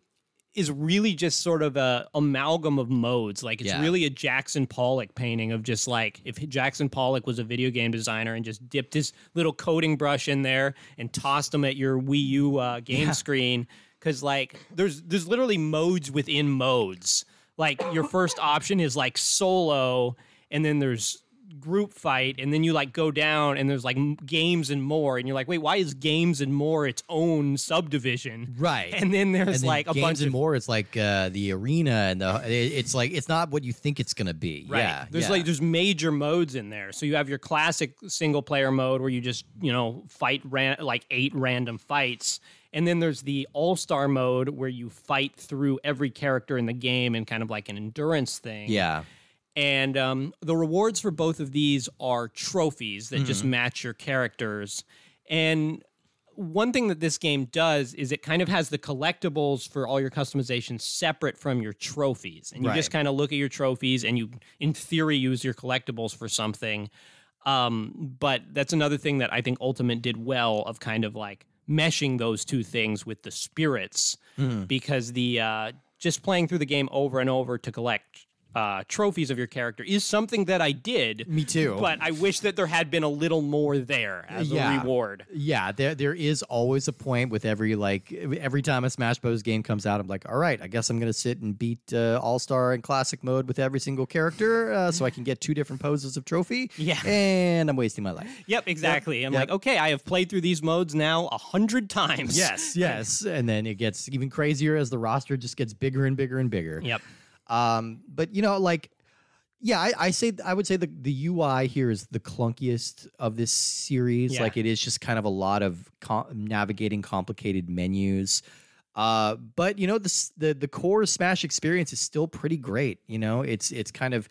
[SPEAKER 2] is really just sort of a amalgam of modes. Like it's
[SPEAKER 1] Yeah.
[SPEAKER 2] really a Jackson Pollock painting of just like if Jackson Pollock was a video game designer and just dipped his little coating brush in there and tossed them at your Wii U uh, game screen. Because like there's there's literally modes within modes. Like your first option is like solo, and then there's group fight and then you like go down and there's like m- games and more and you're like wait why is games and more its own subdivision
[SPEAKER 1] Right.
[SPEAKER 2] and then there's
[SPEAKER 1] and then
[SPEAKER 2] like a
[SPEAKER 1] games
[SPEAKER 2] bunch
[SPEAKER 1] and
[SPEAKER 2] of
[SPEAKER 1] more. It's like uh, the arena and the. it- it's like it's not what you think it's gonna be.
[SPEAKER 2] Right.
[SPEAKER 1] Yeah.
[SPEAKER 2] There's
[SPEAKER 1] yeah.
[SPEAKER 2] like there's major modes in there. So you have your classic single player mode where you just, you know, fight ran- like eight random fights. And then there's the all-star mode where you fight through every character in the game and kind of like an endurance thing.
[SPEAKER 1] yeah.
[SPEAKER 2] And um, the rewards for both of these are trophies that just match your characters. And one thing that this game does is it kind of has the collectibles for all your customizations separate from your trophies. And you just
[SPEAKER 1] Right.
[SPEAKER 2] kind of look at your trophies and you, in theory, use your collectibles for something. Um, but that's another thing that I think Ultimate did well of kind of like meshing those two things with the spirits
[SPEAKER 1] Hmm.
[SPEAKER 2] because the uh, just playing through the game over and over to collect uh, trophies of your character is something that I did.
[SPEAKER 1] Me too.
[SPEAKER 2] But I wish that there had been a little more there as a
[SPEAKER 1] Yeah.
[SPEAKER 2] reward.
[SPEAKER 1] Yeah, there there is always a point with every like every time a Smash Bros game comes out, I'm like, all right, I guess I'm gonna sit and beat uh, All Star and Classic mode with every single character, uh, so I can get two different poses of trophy.
[SPEAKER 2] Yeah.
[SPEAKER 1] and I'm wasting my life.
[SPEAKER 2] Yep, exactly. I'm
[SPEAKER 1] yep.
[SPEAKER 2] like, okay, I have played through these modes now a hundred times.
[SPEAKER 1] Yes, yes, and then it gets even crazier as the roster just gets bigger and bigger and bigger.
[SPEAKER 2] Yep.
[SPEAKER 1] Um, but you know, like, yeah, I, I say I would say the the UI here is the clunkiest of this series.
[SPEAKER 2] Yeah.
[SPEAKER 1] Like, it is just kind of a lot of com- navigating complicated menus. Uh, but you know, the s- the the core Smash experience is still pretty great. You know, it's it's kind of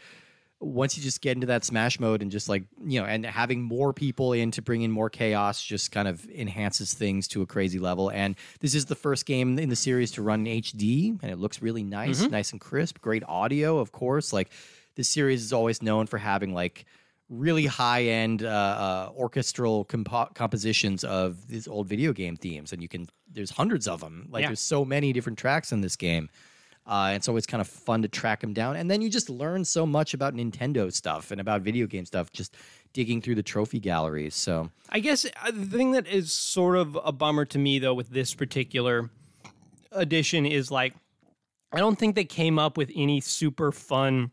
[SPEAKER 1] once you just get into that smash mode and just like you know and having more people in to bring in more chaos just kind of enhances things to a crazy level and this is the first game in the series to run in hd and it looks really nice nice and crisp great audio of course like this series is always known for having like really high end uh, uh, orchestral compo- compositions of these old video game themes and you can there's hundreds of them like
[SPEAKER 2] Yeah.
[SPEAKER 1] there's so many different tracks in this game uh, and so it's kind of fun to track them down. And then you just learn so much about Nintendo stuff and about video game stuff, just digging through the trophy galleries. So
[SPEAKER 2] I guess uh, the thing that is sort of a bummer to me, though, with this particular edition is like, I don't think they came up with any super fun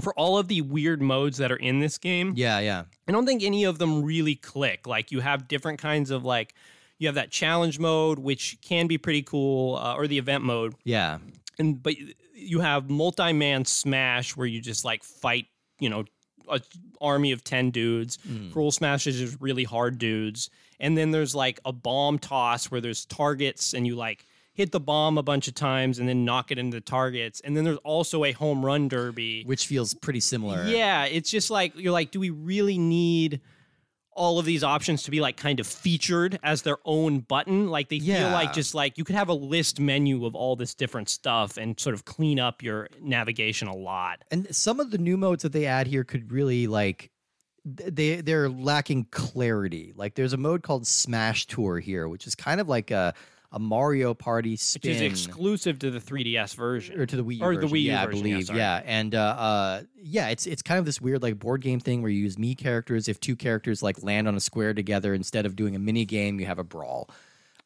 [SPEAKER 2] for all of the weird modes that are in this game.
[SPEAKER 1] Yeah, yeah.
[SPEAKER 2] I don't think any of them really click. Like you have different kinds of like you have that challenge mode, which can be pretty cool, uh, or the event mode,
[SPEAKER 1] Yeah.
[SPEAKER 2] and but you have multi-man smash where you just like fight, you know, a army of ten dudes. Cruel smash is just really hard dudes, and then there's like a bomb toss where there's targets and you like. Hit the bomb a bunch of times and then knock it into the targets. And then there's also a home run derby.
[SPEAKER 1] Which feels pretty similar.
[SPEAKER 2] Yeah, it's just like you're like, do we really need all of these options to be like kind of featured as their own button? Like they feel
[SPEAKER 1] Yeah.
[SPEAKER 2] like just like you could have a list menu of all this different stuff and sort of clean up your navigation a lot.
[SPEAKER 1] And some of the new modes that they add here could really like th- they they're lacking clarity. Like there's a mode called Smash Tour here, which is kind of like a a Mario Party
[SPEAKER 2] Which is
[SPEAKER 1] spin
[SPEAKER 2] exclusive to the 3DS version.
[SPEAKER 1] or to the Wii U
[SPEAKER 2] or the
[SPEAKER 1] version.
[SPEAKER 2] Wii U
[SPEAKER 1] yeah, I
[SPEAKER 2] version, yeah,
[SPEAKER 1] believe.
[SPEAKER 2] sorry.
[SPEAKER 1] Yeah, and uh, uh, yeah, it's it's kind of this weird like board game thing where you use me characters. If two characters like land on a square together, instead of doing a mini game, you have a brawl.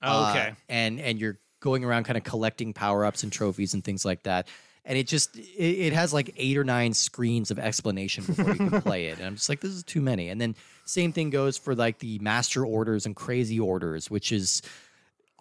[SPEAKER 2] Oh,
[SPEAKER 1] Uh,
[SPEAKER 2] okay.
[SPEAKER 1] and and you're going around kind of collecting power ups and trophies and things like that. And it just it, it has like eight or nine screens of explanation before you can play it. And I'm just like, this is too many. And then same thing goes for like the master orders and crazy orders, which is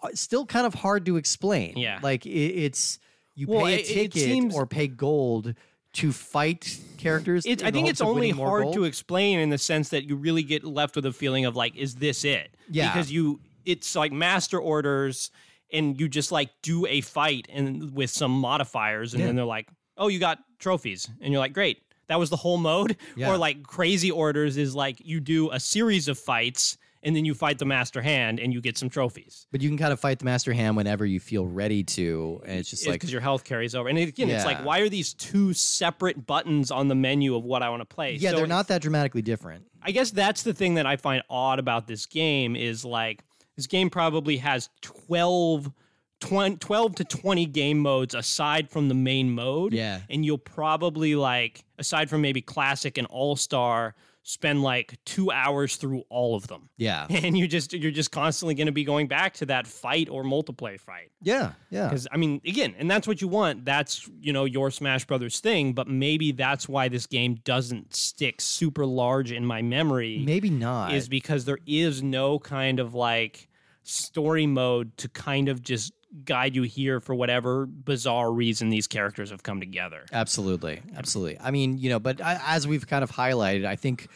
[SPEAKER 1] uh, still kind of hard to explain.
[SPEAKER 2] Yeah.
[SPEAKER 1] like it, it's you
[SPEAKER 2] Well,
[SPEAKER 1] pay a
[SPEAKER 2] it- it
[SPEAKER 1] ticket
[SPEAKER 2] seems-
[SPEAKER 1] or pay gold to fight characters.
[SPEAKER 2] It,
[SPEAKER 1] in
[SPEAKER 2] I
[SPEAKER 1] the
[SPEAKER 2] think
[SPEAKER 1] hopes
[SPEAKER 2] it's
[SPEAKER 1] of
[SPEAKER 2] only
[SPEAKER 1] winning more
[SPEAKER 2] hard
[SPEAKER 1] gold.
[SPEAKER 2] to explain in the sense that you really get left with a feeling of like, is this it?
[SPEAKER 1] Yeah.
[SPEAKER 2] Because you, it's like master orders, and you just like do a fight and with some modifiers, and then they're like, oh, you got trophies, and you're like, great. That was the whole mode,
[SPEAKER 1] Yeah.
[SPEAKER 2] or like crazy orders is like you do a series of fights and then you fight the master hand and you get some trophies.
[SPEAKER 1] but you can kind of fight the master hand whenever you feel ready to, and it's just
[SPEAKER 2] It's
[SPEAKER 1] like
[SPEAKER 2] because your health carries over, and again, it's
[SPEAKER 1] Yeah.
[SPEAKER 2] like why are these two separate buttons on the menu of what I want to play?
[SPEAKER 1] yeah,
[SPEAKER 2] So
[SPEAKER 1] they're
[SPEAKER 2] it-
[SPEAKER 1] not that dramatically different.
[SPEAKER 2] I guess that's the thing that I find odd about this game is like this game probably has 12, 20, 12 to 20 game modes aside from the main mode.
[SPEAKER 1] Yeah.
[SPEAKER 2] And you'll probably like, aside from maybe classic and all star, spend like two hours through all of them.
[SPEAKER 1] Yeah.
[SPEAKER 2] And you just you're just constantly going to be going back to that fight or multiplayer fight.
[SPEAKER 1] Yeah, yeah.
[SPEAKER 2] Because I mean, again, and that's what you want. That's you know your Smash Brothers thing. But maybe that's why this game doesn't stick super large in my memory.
[SPEAKER 1] Maybe not.
[SPEAKER 2] Is because there is no kind of like story mode to kind of just guide you here for whatever bizarre reason these characters have come together.
[SPEAKER 1] absolutely, absolutely. I mean, you know, but I, as we've kind of highlighted, I think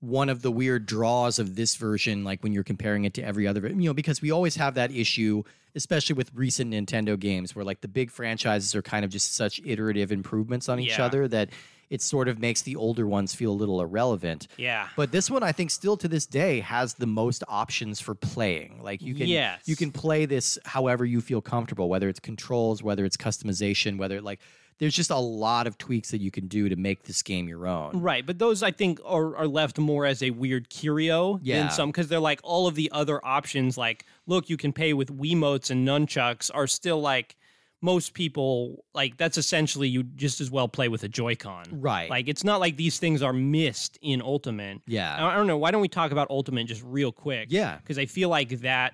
[SPEAKER 1] one of the weird draws of this version, like when you're comparing it to every other, you know, because we always have that issue, especially with recent Nintendo games, where like the big franchises are kind of just such iterative improvements on each
[SPEAKER 2] Yeah.
[SPEAKER 1] other that it sort of makes the older ones feel a little irrelevant.
[SPEAKER 2] Yeah.
[SPEAKER 1] But this one, I think, still to this day has the most options for playing. Like you can,
[SPEAKER 2] Yes.
[SPEAKER 1] you can play this however you feel comfortable, whether it's controls, whether it's customization, whether like there's just a lot of tweaks that you can do to make this game your own.
[SPEAKER 2] Right, but those I think are, are left more as a weird curio
[SPEAKER 1] Yeah.
[SPEAKER 2] than some because they're like all of the other options. Like, look, you can pay with Wiimotes and nunchucks are still like most people like that's essentially you just as well play with a Joy-Con.
[SPEAKER 1] Right.
[SPEAKER 2] Like it's not like these things are missed in Ultimate.
[SPEAKER 1] Yeah.
[SPEAKER 2] I I don't know. Why don't we talk about Ultimate just real quick?
[SPEAKER 1] Yeah.
[SPEAKER 2] Because I feel like that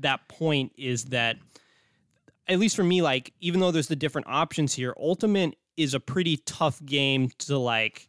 [SPEAKER 2] that point is that at least for me, like even though there's the different options here, Ultimate is a pretty tough game to like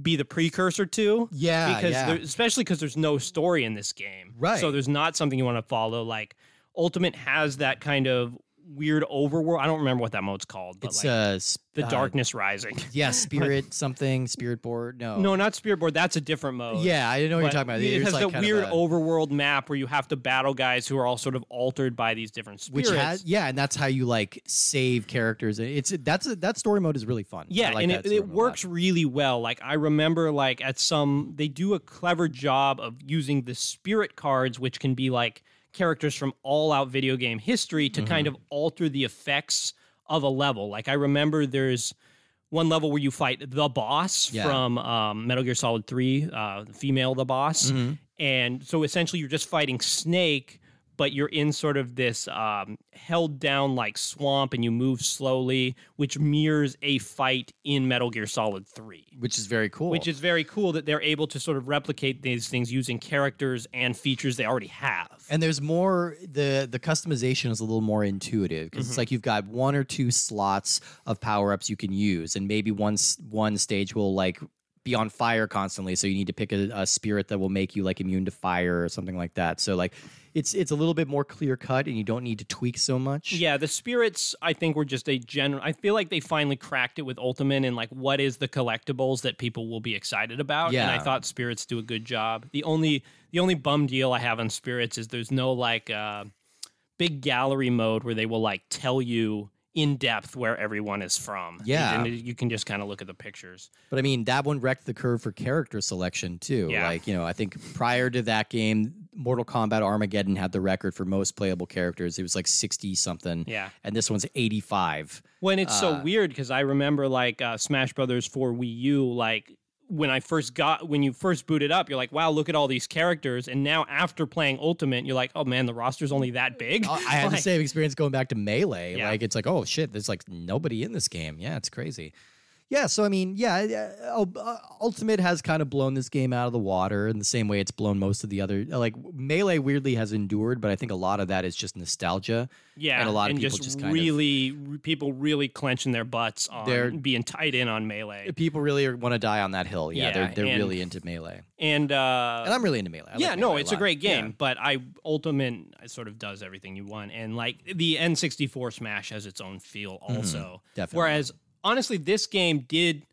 [SPEAKER 2] be the precursor to.
[SPEAKER 1] Yeah,
[SPEAKER 2] because
[SPEAKER 1] yeah.
[SPEAKER 2] There, especially because there's no story in this game,
[SPEAKER 1] Right.
[SPEAKER 2] So there's not something you want to follow. Like Ultimate has that kind of weird overworld. I don't remember what that mode's called, but
[SPEAKER 1] It's
[SPEAKER 2] like
[SPEAKER 1] uh, sp-
[SPEAKER 2] the
[SPEAKER 1] uh,
[SPEAKER 2] Darkness Rising.
[SPEAKER 1] yeah, spirit something, spirit board. No,
[SPEAKER 2] No, not Spirit Board. That's a different mode.
[SPEAKER 1] Oh. yeah, I didn't know what you're
[SPEAKER 2] But
[SPEAKER 1] talking about.
[SPEAKER 2] It
[SPEAKER 1] There's,
[SPEAKER 2] has
[SPEAKER 1] like,
[SPEAKER 2] the
[SPEAKER 1] kind of
[SPEAKER 2] weird
[SPEAKER 1] a-
[SPEAKER 2] overworld map where you have to battle guys who are all sort of altered by these different
[SPEAKER 1] Which
[SPEAKER 2] spirits.
[SPEAKER 1] has yeah, and that's how you like save characters. It's that's a, that story mode is really fun. I
[SPEAKER 2] yeah,
[SPEAKER 1] like
[SPEAKER 2] and
[SPEAKER 1] that
[SPEAKER 2] it,
[SPEAKER 1] story
[SPEAKER 2] it
[SPEAKER 1] mode a lot.
[SPEAKER 2] works really well. Like I remember, like at some, they do a clever job of using the spirit cards, which can be like characters from all out video game history, to
[SPEAKER 1] Mm-hmm.
[SPEAKER 2] kind of alter the effects of a level. Like I remember, there's one level where you fight the boss
[SPEAKER 1] Yeah.
[SPEAKER 2] from um, Metal Gear Solid
[SPEAKER 1] Mm-hmm.
[SPEAKER 2] Three, uh, female the boss, and so essentially you're just fighting Snake. but you're in sort of this um, held down like swamp and you move slowly, which mirrors a fight in Metal Gear Solid 3.
[SPEAKER 1] which is very cool.
[SPEAKER 2] Which is very cool that they're able to sort of replicate these things using characters and features they already have.
[SPEAKER 1] and there's more the the customization is a little more intuitive because it's
[SPEAKER 2] Mm-hmm.
[SPEAKER 1] like you've got one or two slots of power ups you can use, and maybe one s- one stage will like be on fire constantly, so you need to pick a, a spirit that will make you like immune to fire or something like that. So like it's it's a little bit more clear cut, and you don't need to tweak so much.
[SPEAKER 2] Yeah, the spirits I think were just a general. I feel like they finally cracked it with Ultimate and like what is the collectibles that people will be excited about. and
[SPEAKER 1] Yeah.
[SPEAKER 2] I thought spirits do a good job. The only the only bum deal I have on spirits is there's no like uh, big gallery mode where they will like tell you in depth where everyone is from.
[SPEAKER 1] Yeah.
[SPEAKER 2] and you can just kind of look at the pictures.
[SPEAKER 1] But I mean, that one wrecked the curve for character selection too.
[SPEAKER 2] Yeah.
[SPEAKER 1] Like, you know, I think prior to that game, Mortal Kombat Armageddon had the record for most playable characters. It was like 60 something.
[SPEAKER 2] Yeah.
[SPEAKER 1] And this one's 85.
[SPEAKER 2] When it's
[SPEAKER 1] Uh,
[SPEAKER 2] so weird because I remember like uh, Smash Brothers for Wii U, like when I first got when you first boot it up, you're like, wow, look at all these characters, and now after playing Ultimate, you're like, oh man, the roster's only that big.
[SPEAKER 1] Oh, I I had the
[SPEAKER 2] Like,
[SPEAKER 1] same experience going back to Melee.
[SPEAKER 2] Yeah.
[SPEAKER 1] Like, it's like, oh shit, there's like nobody in this game. Yeah, it's crazy. Yeah, so I mean, yeah, uh, Ul- uh, Ultimate has kind of blown this game out of the water in the same way it's blown most of the other. uh, Like, Melee weirdly has endured, but I think a lot of that is just nostalgia.
[SPEAKER 2] yeah,
[SPEAKER 1] and a lot of people
[SPEAKER 2] just,
[SPEAKER 1] just kind of-
[SPEAKER 2] really r- people really clenching their butts on
[SPEAKER 1] They're-
[SPEAKER 2] being tied in on melee,
[SPEAKER 1] People really want to die on that hill. Yeah,
[SPEAKER 2] Yeah,
[SPEAKER 1] they're, they're
[SPEAKER 2] and-
[SPEAKER 1] really into Melee.
[SPEAKER 2] and uh,
[SPEAKER 1] and I'm really into melee. I
[SPEAKER 2] yeah,
[SPEAKER 1] like
[SPEAKER 2] no,
[SPEAKER 1] Melee
[SPEAKER 2] it's a
[SPEAKER 1] lot.
[SPEAKER 2] great game,
[SPEAKER 1] Yeah.
[SPEAKER 2] but I Ultimate sort of does everything you want, and like the N64 Smash has its own feel
[SPEAKER 1] Mm-hmm.
[SPEAKER 2] also.
[SPEAKER 1] definitely.
[SPEAKER 2] Whereas honestly, this game did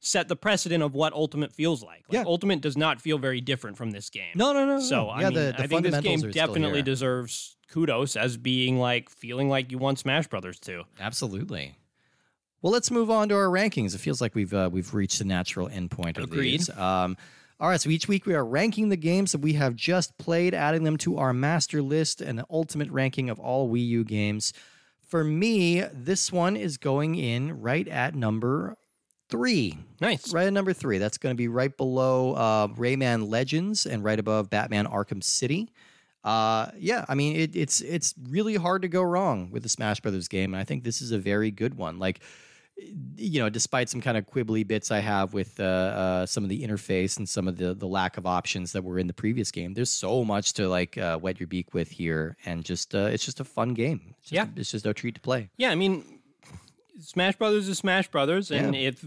[SPEAKER 2] set the precedent of what Ultimate feels like. Like
[SPEAKER 1] Yeah.
[SPEAKER 2] Ultimate does not feel very different from this game.
[SPEAKER 1] No, no, no. no,
[SPEAKER 2] So
[SPEAKER 1] no.
[SPEAKER 2] I
[SPEAKER 1] yeah,
[SPEAKER 2] mean,
[SPEAKER 1] the, the
[SPEAKER 2] I think this
[SPEAKER 1] fundamentals
[SPEAKER 2] game
[SPEAKER 1] are still
[SPEAKER 2] definitely
[SPEAKER 1] here.
[SPEAKER 2] deserves kudos as being like feeling like you want Smash Brothers to.
[SPEAKER 1] absolutely. Well, let's move on to our rankings. It feels like we've uh, we've reached the natural endpoint of
[SPEAKER 2] Agreed.
[SPEAKER 1] these. Um, all right, so each week we are ranking the games that we have just played, adding them to our master list and the ultimate ranking of all Wii U games. For me, this one is going in right at number three.
[SPEAKER 2] Nice.
[SPEAKER 1] Right at number three. That's going to be right below uh, Rayman Legends and right above Batman Arkham City. Uh, yeah, I mean it, it's it's really hard to go wrong with the Smash Brothers game, and I think this is a very good one. Like, you know, despite some kind of quibbly bits I have with uh, uh, some of the interface and some of the the lack of options that were in the previous game, there's so much to like uh, wet your beak with here, and just uh, it's just a fun game. It's just,
[SPEAKER 2] Yeah.
[SPEAKER 1] it's just a treat to play.
[SPEAKER 2] Yeah, I mean, Smash Brothers is Smash Brothers, and if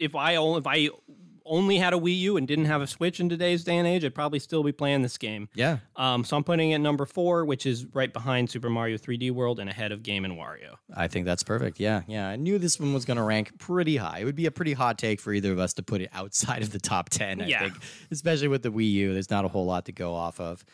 [SPEAKER 2] if I only if I only had a Wii U and didn't have a Switch in today's day and age, I'd probably still be playing this game.
[SPEAKER 1] Yeah,
[SPEAKER 2] Um, so I'm putting it at number four, which is right behind Super Mario 3D World and ahead of Game and Wario.
[SPEAKER 1] I think that's perfect. Yeah, yeah. I knew this one was going to rank pretty high. It would be a pretty hot take for either of us to put it outside of the top 10, I
[SPEAKER 2] Yeah.
[SPEAKER 1] think, especially with the Wii U. There's not a whole lot to go off of.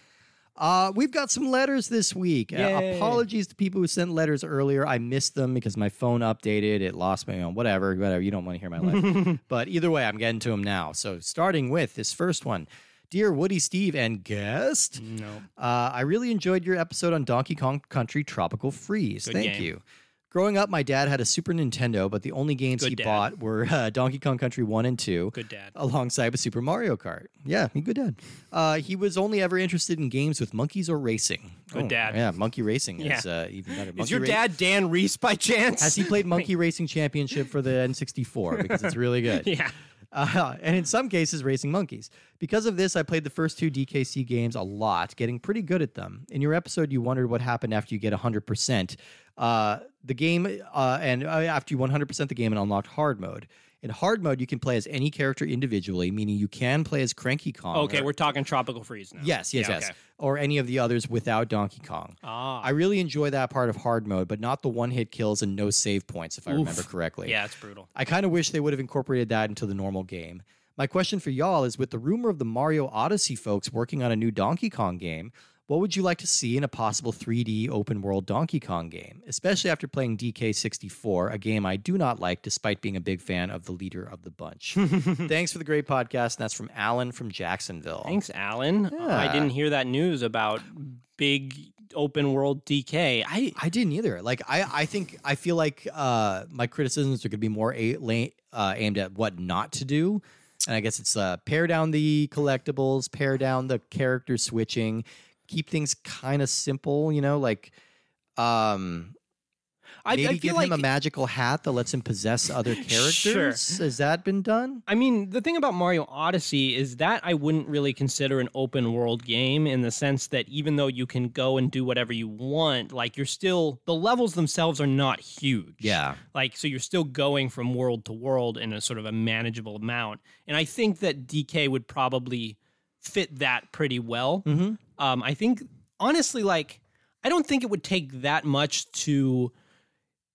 [SPEAKER 1] Uh, we've got some letters this week. Uh,
[SPEAKER 2] Yay.
[SPEAKER 1] apologies to people who sent letters earlier. I missed them because my phone updated. It lost my own, whatever, whatever. You don't want to hear my life. but either way, I'm getting to them now. So starting with this first one. Dear Woody, Steve, and guest,
[SPEAKER 2] No.
[SPEAKER 1] uh, I really enjoyed your episode on Donkey Kong Country Tropical Freeze.
[SPEAKER 2] Good
[SPEAKER 1] Thank
[SPEAKER 2] game.
[SPEAKER 1] you. Growing up, my dad had a Super Nintendo, but the only games
[SPEAKER 2] Good
[SPEAKER 1] he
[SPEAKER 2] dad.
[SPEAKER 1] bought were uh, Donkey Kong Country 1 and 2
[SPEAKER 2] Good dad.
[SPEAKER 1] alongside with Super Mario Kart. Yeah, he good dad. Uh, he was only ever interested in games with monkeys or racing. Oh,
[SPEAKER 2] Good dad.
[SPEAKER 1] Yeah, monkey racing
[SPEAKER 2] Yeah.
[SPEAKER 1] is uh, even better.
[SPEAKER 2] Is
[SPEAKER 1] Monkey
[SPEAKER 2] your
[SPEAKER 1] ra-
[SPEAKER 2] dad Dan Reese by chance?
[SPEAKER 1] Has he played Monkey Racing Championship for the N64? Because it's really good.
[SPEAKER 2] yeah.
[SPEAKER 1] Uh, and in some cases, racing monkeys. Because of this, I played the first two DKC games a lot, getting pretty good at them. In your episode, you wondered what happened after you get 100%. Uh, the game, uh, and uh, after you 100% the game and unlocked hard mode. In hard mode, you can play as any character individually, meaning you can play as Cranky Kong.
[SPEAKER 2] Okay,
[SPEAKER 1] or-
[SPEAKER 2] we're talking Tropical Freeze now.
[SPEAKER 1] Yes, yes,
[SPEAKER 2] Yeah,
[SPEAKER 1] yes.
[SPEAKER 2] okay.
[SPEAKER 1] Or any of the others without Donkey Kong.
[SPEAKER 2] Ah,
[SPEAKER 1] I really enjoy that part of hard mode, but not the one hit kills and no save points, if I remember correctly.
[SPEAKER 2] yeah, it's brutal.
[SPEAKER 1] I kind of wish they would have incorporated that into the normal game. My question for y'all is with the rumor of the Mario Odyssey folks working on a new Donkey Kong game, what would you like to see in a possible 3D open world Donkey Kong game, especially after playing DK64, a game I do not like despite being a big fan of the leader of the bunch? Thanks for the great podcast, and that's from Alan from Jacksonville.
[SPEAKER 2] Thanks, Alan. Uh, I
[SPEAKER 1] Oh. Yeah.
[SPEAKER 2] didn't hear that news about big open world DK. I
[SPEAKER 1] I didn't either. Like I, I think I feel like uh, my criticisms are going to be more a- la- uh, aimed at what not to do, and I guess it's uh, pare down the collectibles, pare down the character switching, keep things kind of simple, you know, like um
[SPEAKER 2] I,
[SPEAKER 1] maybe
[SPEAKER 2] I
[SPEAKER 1] give
[SPEAKER 2] feel like
[SPEAKER 1] him a magical hat that lets him possess other characters.
[SPEAKER 2] Sure.
[SPEAKER 1] Has that been done?
[SPEAKER 2] I mean, the thing about Mario Odyssey is that I wouldn't really consider an open world game in the sense that even though you can go and do whatever you want, like you're still, the levels themselves are not huge.
[SPEAKER 1] Yeah.
[SPEAKER 2] Like, so you're still going from world to world in a sort of a manageable amount. And I think that DK would probably fit that pretty well.
[SPEAKER 1] Mm-hmm.
[SPEAKER 2] Um, I think, honestly, like, I don't think it would take that much to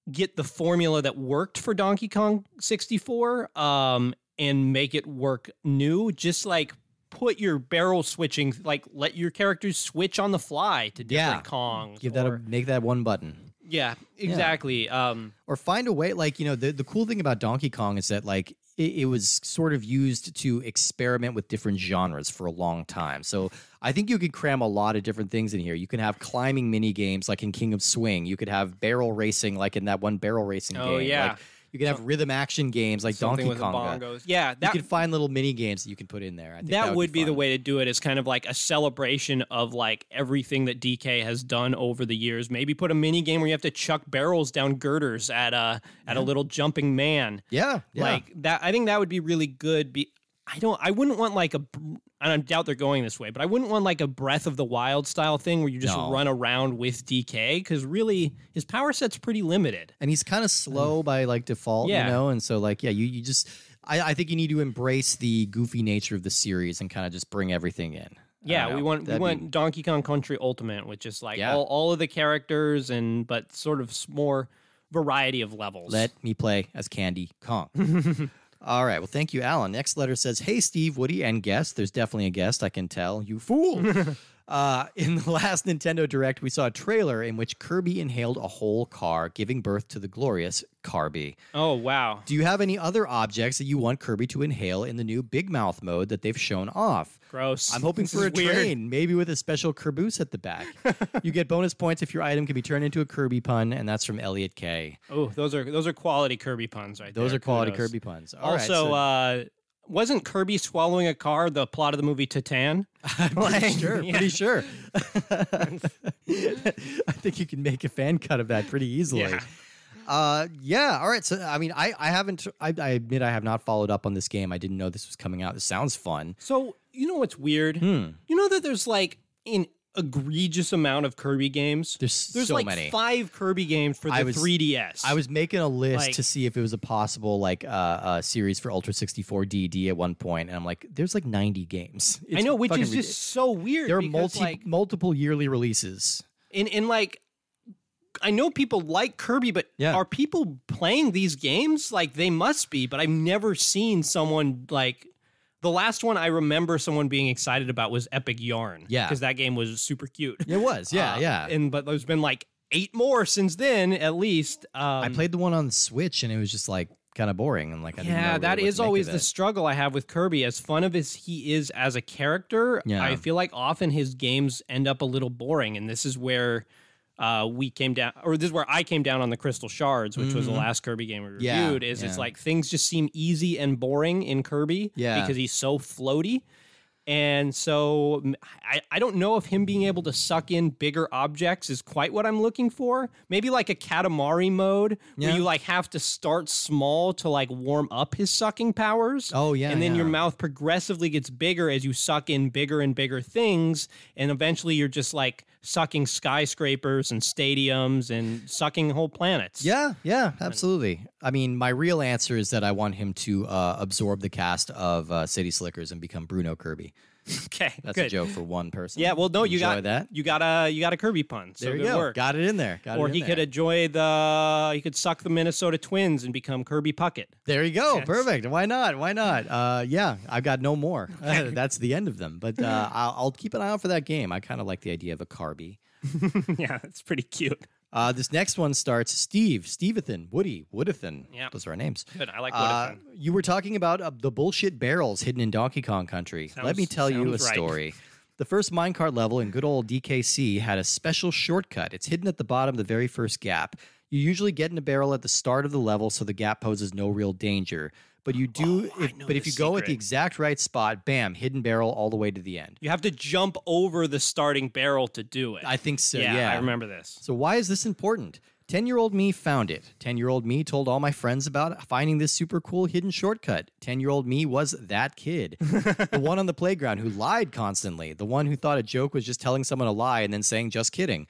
[SPEAKER 2] get the formula that worked for Donkey Kong 64 um, and make it work new. Just like put your barrel switching, like, let your characters switch on the fly to
[SPEAKER 1] Yeah.
[SPEAKER 2] different Kongs.
[SPEAKER 1] Give that a
[SPEAKER 2] or-
[SPEAKER 1] make that one button.
[SPEAKER 2] yeah, exactly. Um,
[SPEAKER 1] or find a way like you know the, the cool thing about donkey kong is that like it, it was sort of used to experiment with different genres for a long time so i think you could cram a lot of different things in here you can have climbing mini games like in king of swing you could have barrel racing like in that one barrel racing
[SPEAKER 2] Oh,
[SPEAKER 1] game Like,
[SPEAKER 2] yeah.
[SPEAKER 1] you could have rhythm action games like
[SPEAKER 2] something
[SPEAKER 1] donkey
[SPEAKER 2] with the
[SPEAKER 1] kong got.
[SPEAKER 2] bongos. Yeah,
[SPEAKER 1] you
[SPEAKER 2] that
[SPEAKER 1] can find little mini games that you can put in there I think
[SPEAKER 2] that, would, be, the
[SPEAKER 1] fun.
[SPEAKER 2] way to do it is kind of like a celebration of like everything that DK has done over the years. Maybe put a mini game where you have to chuck barrels down girders at a at a little jumping man.
[SPEAKER 1] yeah, yeah.
[SPEAKER 2] Like that I think that would be really good be I don't I wouldn't want like a br- and I doubt they're going this way, but I wouldn't want like a Breath of the Wild style thing where you just
[SPEAKER 1] No.
[SPEAKER 2] run around with DK cuz really his power set's pretty limited.
[SPEAKER 1] and he's kind of slow by like default,
[SPEAKER 2] Mm. Yeah.
[SPEAKER 1] you know. And so like, yeah, you you just, I, I think you need to embrace the goofy nature of the series and kind of just bring everything in. I don't
[SPEAKER 2] Yeah, we
[SPEAKER 1] know.
[SPEAKER 2] want
[SPEAKER 1] That'd
[SPEAKER 2] we
[SPEAKER 1] be-
[SPEAKER 2] want Donkey Kong Country Ultimate, which is like
[SPEAKER 1] Yeah.
[SPEAKER 2] all, all of the characters and but sort of s- more variety of levels.
[SPEAKER 1] Let me play as Candy Kong. All right. Well, thank you, Alan. Next letter says, Hey, Steve, Woody, and guest. There's definitely a guest, I can tell. You fool. uh, in the last Nintendo Direct, we saw a trailer in which Kirby inhaled a whole car, giving birth to the glorious Carby.
[SPEAKER 2] oh wow,
[SPEAKER 1] Do you have any other objects that you want Kirby to inhale in the new Big Mouth mode that they've shown off?
[SPEAKER 2] gross.
[SPEAKER 1] I'm hoping
[SPEAKER 2] This
[SPEAKER 1] for
[SPEAKER 2] is
[SPEAKER 1] a
[SPEAKER 2] weird.
[SPEAKER 1] train, maybe with a special Kerboose at the back. you get bonus points if your item can be turned into a Kirby pun, and that's from Elliot K.
[SPEAKER 2] Oh, those are those are quality Kirby puns right
[SPEAKER 1] Those
[SPEAKER 2] there.
[SPEAKER 1] are quality
[SPEAKER 2] Kudos.
[SPEAKER 1] Kirby puns. All right,
[SPEAKER 2] also,
[SPEAKER 1] so-
[SPEAKER 2] uh, wasn't Kirby swallowing a car the plot of the movie Titan?
[SPEAKER 1] I'm pretty sure.
[SPEAKER 2] yeah.
[SPEAKER 1] Pretty sure. I think you can make a fan cut of that pretty easily.
[SPEAKER 2] Yeah.
[SPEAKER 1] Uh, yeah. All right. So, I mean, I, I haven't, I, I admit I have not followed up on this game. I didn't know this was coming out. This sounds fun.
[SPEAKER 2] So you know what's weird?
[SPEAKER 1] Hmm.
[SPEAKER 2] You know that there's like an egregious amount of Kirby games.
[SPEAKER 1] There's,
[SPEAKER 2] There's
[SPEAKER 1] so
[SPEAKER 2] like
[SPEAKER 1] many.
[SPEAKER 2] five Kirby games for the
[SPEAKER 1] I was-
[SPEAKER 2] 3DS.
[SPEAKER 1] I was making a list
[SPEAKER 2] Like-
[SPEAKER 1] to see if it was a possible like uh, uh series for Ultra 64 DD at one point, and I'm like, there's like 90 games.
[SPEAKER 2] I
[SPEAKER 1] It's
[SPEAKER 2] know, which
[SPEAKER 1] fucking
[SPEAKER 2] is
[SPEAKER 1] ridic-
[SPEAKER 2] just so weird.
[SPEAKER 1] there are
[SPEAKER 2] because,
[SPEAKER 1] multi
[SPEAKER 2] like,
[SPEAKER 1] multiple yearly releases.
[SPEAKER 2] and and like I know people like Kirby, but
[SPEAKER 1] Yeah.
[SPEAKER 2] are people playing these games? Like they must be, but I've never seen someone like the last one I remember someone being excited about was Epic Yarn.
[SPEAKER 1] Yeah.
[SPEAKER 2] Because that game was super cute.
[SPEAKER 1] It was, yeah,
[SPEAKER 2] Uh,
[SPEAKER 1] yeah.
[SPEAKER 2] And but there's been like eight more since then, at least. Um,
[SPEAKER 1] I played the one on Switch, and it was just like kind of boring. And like, I didn't know
[SPEAKER 2] yeah,
[SPEAKER 1] really
[SPEAKER 2] that
[SPEAKER 1] what to
[SPEAKER 2] is
[SPEAKER 1] make of
[SPEAKER 2] always
[SPEAKER 1] it.
[SPEAKER 2] the struggle I have with Kirby. As fun of as he is as a character,
[SPEAKER 1] Yeah.
[SPEAKER 2] I feel like often his games end up a little boring, and this is where uh, we came down, or this is where I came down on the Crystal Shards, which was the
[SPEAKER 1] Mhm.
[SPEAKER 2] last Kirby game we
[SPEAKER 1] Yeah,
[SPEAKER 2] reviewed. Is it's
[SPEAKER 1] yeah.
[SPEAKER 2] like things just seem easy and boring in Kirby,
[SPEAKER 1] Yeah.
[SPEAKER 2] because he's so floaty. And so m- I, I don't know if him being able to suck in bigger objects is quite what I'm looking for. Maybe like a Katamari mode
[SPEAKER 1] Yeah.
[SPEAKER 2] where you like have to start small to like warm up his sucking powers.
[SPEAKER 1] Oh, yeah,
[SPEAKER 2] And then your
[SPEAKER 1] yeah.
[SPEAKER 2] mouth progressively gets bigger as you suck in bigger and bigger things. And eventually you're just like sucking skyscrapers and stadiums and sucking whole planets.
[SPEAKER 1] Yeah, yeah, absolutely. I mean, my real answer is that I want him to uh, absorb the cast of uh, City Slickers and become Bruno Kirby.
[SPEAKER 2] Okay.
[SPEAKER 1] That's
[SPEAKER 2] good.
[SPEAKER 1] a joke for one person.
[SPEAKER 2] Yeah, well no, you
[SPEAKER 1] Enjoy
[SPEAKER 2] got
[SPEAKER 1] that.
[SPEAKER 2] you got a you got a Kirby pun. So
[SPEAKER 1] There you
[SPEAKER 2] good
[SPEAKER 1] go.
[SPEAKER 2] work.
[SPEAKER 1] Got it in there. Got
[SPEAKER 2] or
[SPEAKER 1] it in
[SPEAKER 2] he could
[SPEAKER 1] there.
[SPEAKER 2] enjoy the he could suck the Minnesota Twins and become Kirby Puckett.
[SPEAKER 1] There you go.
[SPEAKER 2] Yes.
[SPEAKER 1] Perfect. Why not? Why not? Uh, yeah, I've got no more. That's the end of them. But uh, I'll, I'll keep an eye out for that game. I kind of like the idea of a Carby.
[SPEAKER 2] yeah, that's pretty cute.
[SPEAKER 1] Uh, this next one starts Steve, Stevethan, Woody, Woodithan.
[SPEAKER 2] Yeah.
[SPEAKER 1] Those are our names.
[SPEAKER 2] Good. I like what
[SPEAKER 1] Uh, you were talking about uh, the bullshit barrels hidden in Donkey Kong Country. Let me
[SPEAKER 2] Sounds-
[SPEAKER 1] tell you a
[SPEAKER 2] sounds right.
[SPEAKER 1] story. The first minecart level in good old DKC had a special shortcut. It's hidden at the bottom of the very first gap. You usually get in a barrel at the start of the level, so the gap poses no real danger. But you do,
[SPEAKER 2] Oh, I
[SPEAKER 1] if,
[SPEAKER 2] know
[SPEAKER 1] but
[SPEAKER 2] the
[SPEAKER 1] if you go at the
[SPEAKER 2] secret.
[SPEAKER 1] exact right spot, bam, hidden barrel all the way to the end.
[SPEAKER 2] You have to jump over the starting barrel to do it.
[SPEAKER 1] I think so. Yeah,
[SPEAKER 2] yeah, I remember this.
[SPEAKER 1] So why is this important? 10 year old me found it. 10 year old me told all my friends about finding this super cool hidden shortcut. 10 year old me was that kid. the one on the playground who lied constantly. The one who thought a joke was just telling someone a lie and then saying, just kidding.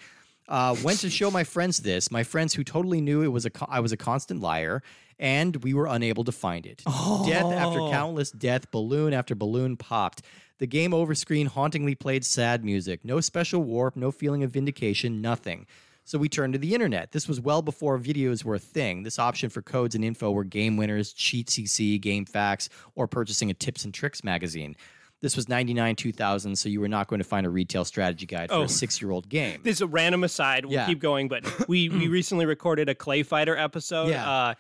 [SPEAKER 1] Uh, went to show my friends this. My friends who totally knew it was a co- I was a constant liar, and we were unable to find it. Death after
[SPEAKER 2] Oh.
[SPEAKER 1] countless death, balloon after balloon popped. The game over screen hauntingly played sad music. No special warp, no feeling of vindication, nothing. So we turned to the internet. This was well before videos were a thing. This option for codes and info were game winners, cheat CC, game facts, or purchasing a tips and tricks magazine. This was 99 2000, so you were not going to find a retail strategy guide for
[SPEAKER 2] Oh.
[SPEAKER 1] a six year old game.
[SPEAKER 2] This is a random aside. We'll
[SPEAKER 1] Yeah.
[SPEAKER 2] keep going, but we we recently recorded a Clay Fighter episode.
[SPEAKER 1] Yeah.
[SPEAKER 2] Uh,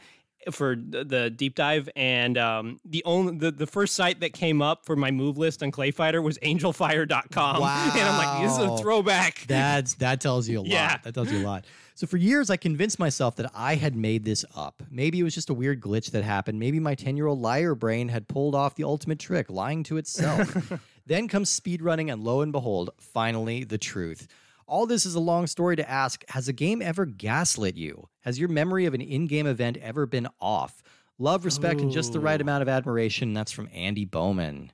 [SPEAKER 2] for the the deep dive and um, the only the, the first site that came up for my move list on clay fighter was angelfire.com and i'm like this is
[SPEAKER 1] Wow.
[SPEAKER 2] a throwback
[SPEAKER 1] That's that tells you a lot.
[SPEAKER 2] Yeah.
[SPEAKER 1] That tells you a lot. So for years I convinced myself that I had made this up. Maybe it was just a weird glitch that happened. Maybe my 10-year-old liar brain had pulled off the ultimate trick, lying to itself. then comes speedrunning and lo and behold, finally the truth. All this is a long story to ask, has a game ever gaslit you? Has your memory of an in-game event ever been off? Love, respect, and just the right
[SPEAKER 2] Ooh.
[SPEAKER 1] amount of admiration. That's from Andy Bowman.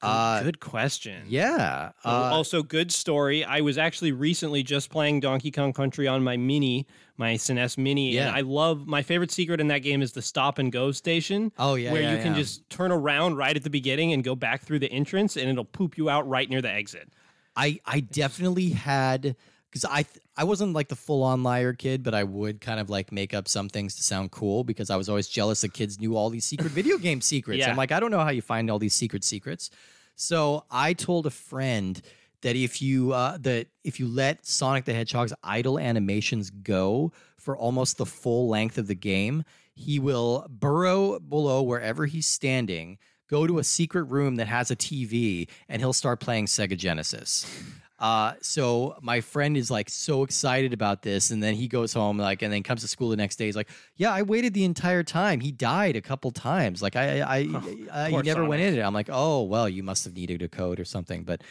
[SPEAKER 2] Good-
[SPEAKER 1] Uh,
[SPEAKER 2] good question
[SPEAKER 1] yeah.
[SPEAKER 2] Al-
[SPEAKER 1] Uh,
[SPEAKER 2] also, good story. I was actually recently just playing Donkey Kong Country on my mini, my SNES mini,
[SPEAKER 1] Yeah.
[SPEAKER 2] and I love my favorite secret in that game is the stop and go station.
[SPEAKER 1] Oh, yeah,
[SPEAKER 2] where
[SPEAKER 1] yeah,
[SPEAKER 2] you can
[SPEAKER 1] yeah.
[SPEAKER 2] just turn around right at the beginning and go back through the entrance, and it'll poop you out right near the exit.
[SPEAKER 1] I I definitely had because I th- I wasn't like the full on liar kid, but I would kind of like make up some things to sound cool because I was always jealous that kids knew all these secret video game secrets.
[SPEAKER 2] Yeah.
[SPEAKER 1] I'm like, I don't know how you find all these secret secrets. So I told a friend that if you uh, that if you let Sonic the Hedgehog's idle animations go for almost the full length of the game, he will burrow below wherever he's standing, go to a secret room that has a TV, and he'll start playing Sega Genesis. Uh, so my friend is like so excited about this, and then he goes home like, and then comes to school the next day. He's like, "Yeah, I waited the entire time. He died a couple times. Like I, I, I, I he
[SPEAKER 2] poor
[SPEAKER 1] never went
[SPEAKER 2] Sonic.
[SPEAKER 1] in it." I'm like, "Oh well, you must have needed a code or something." But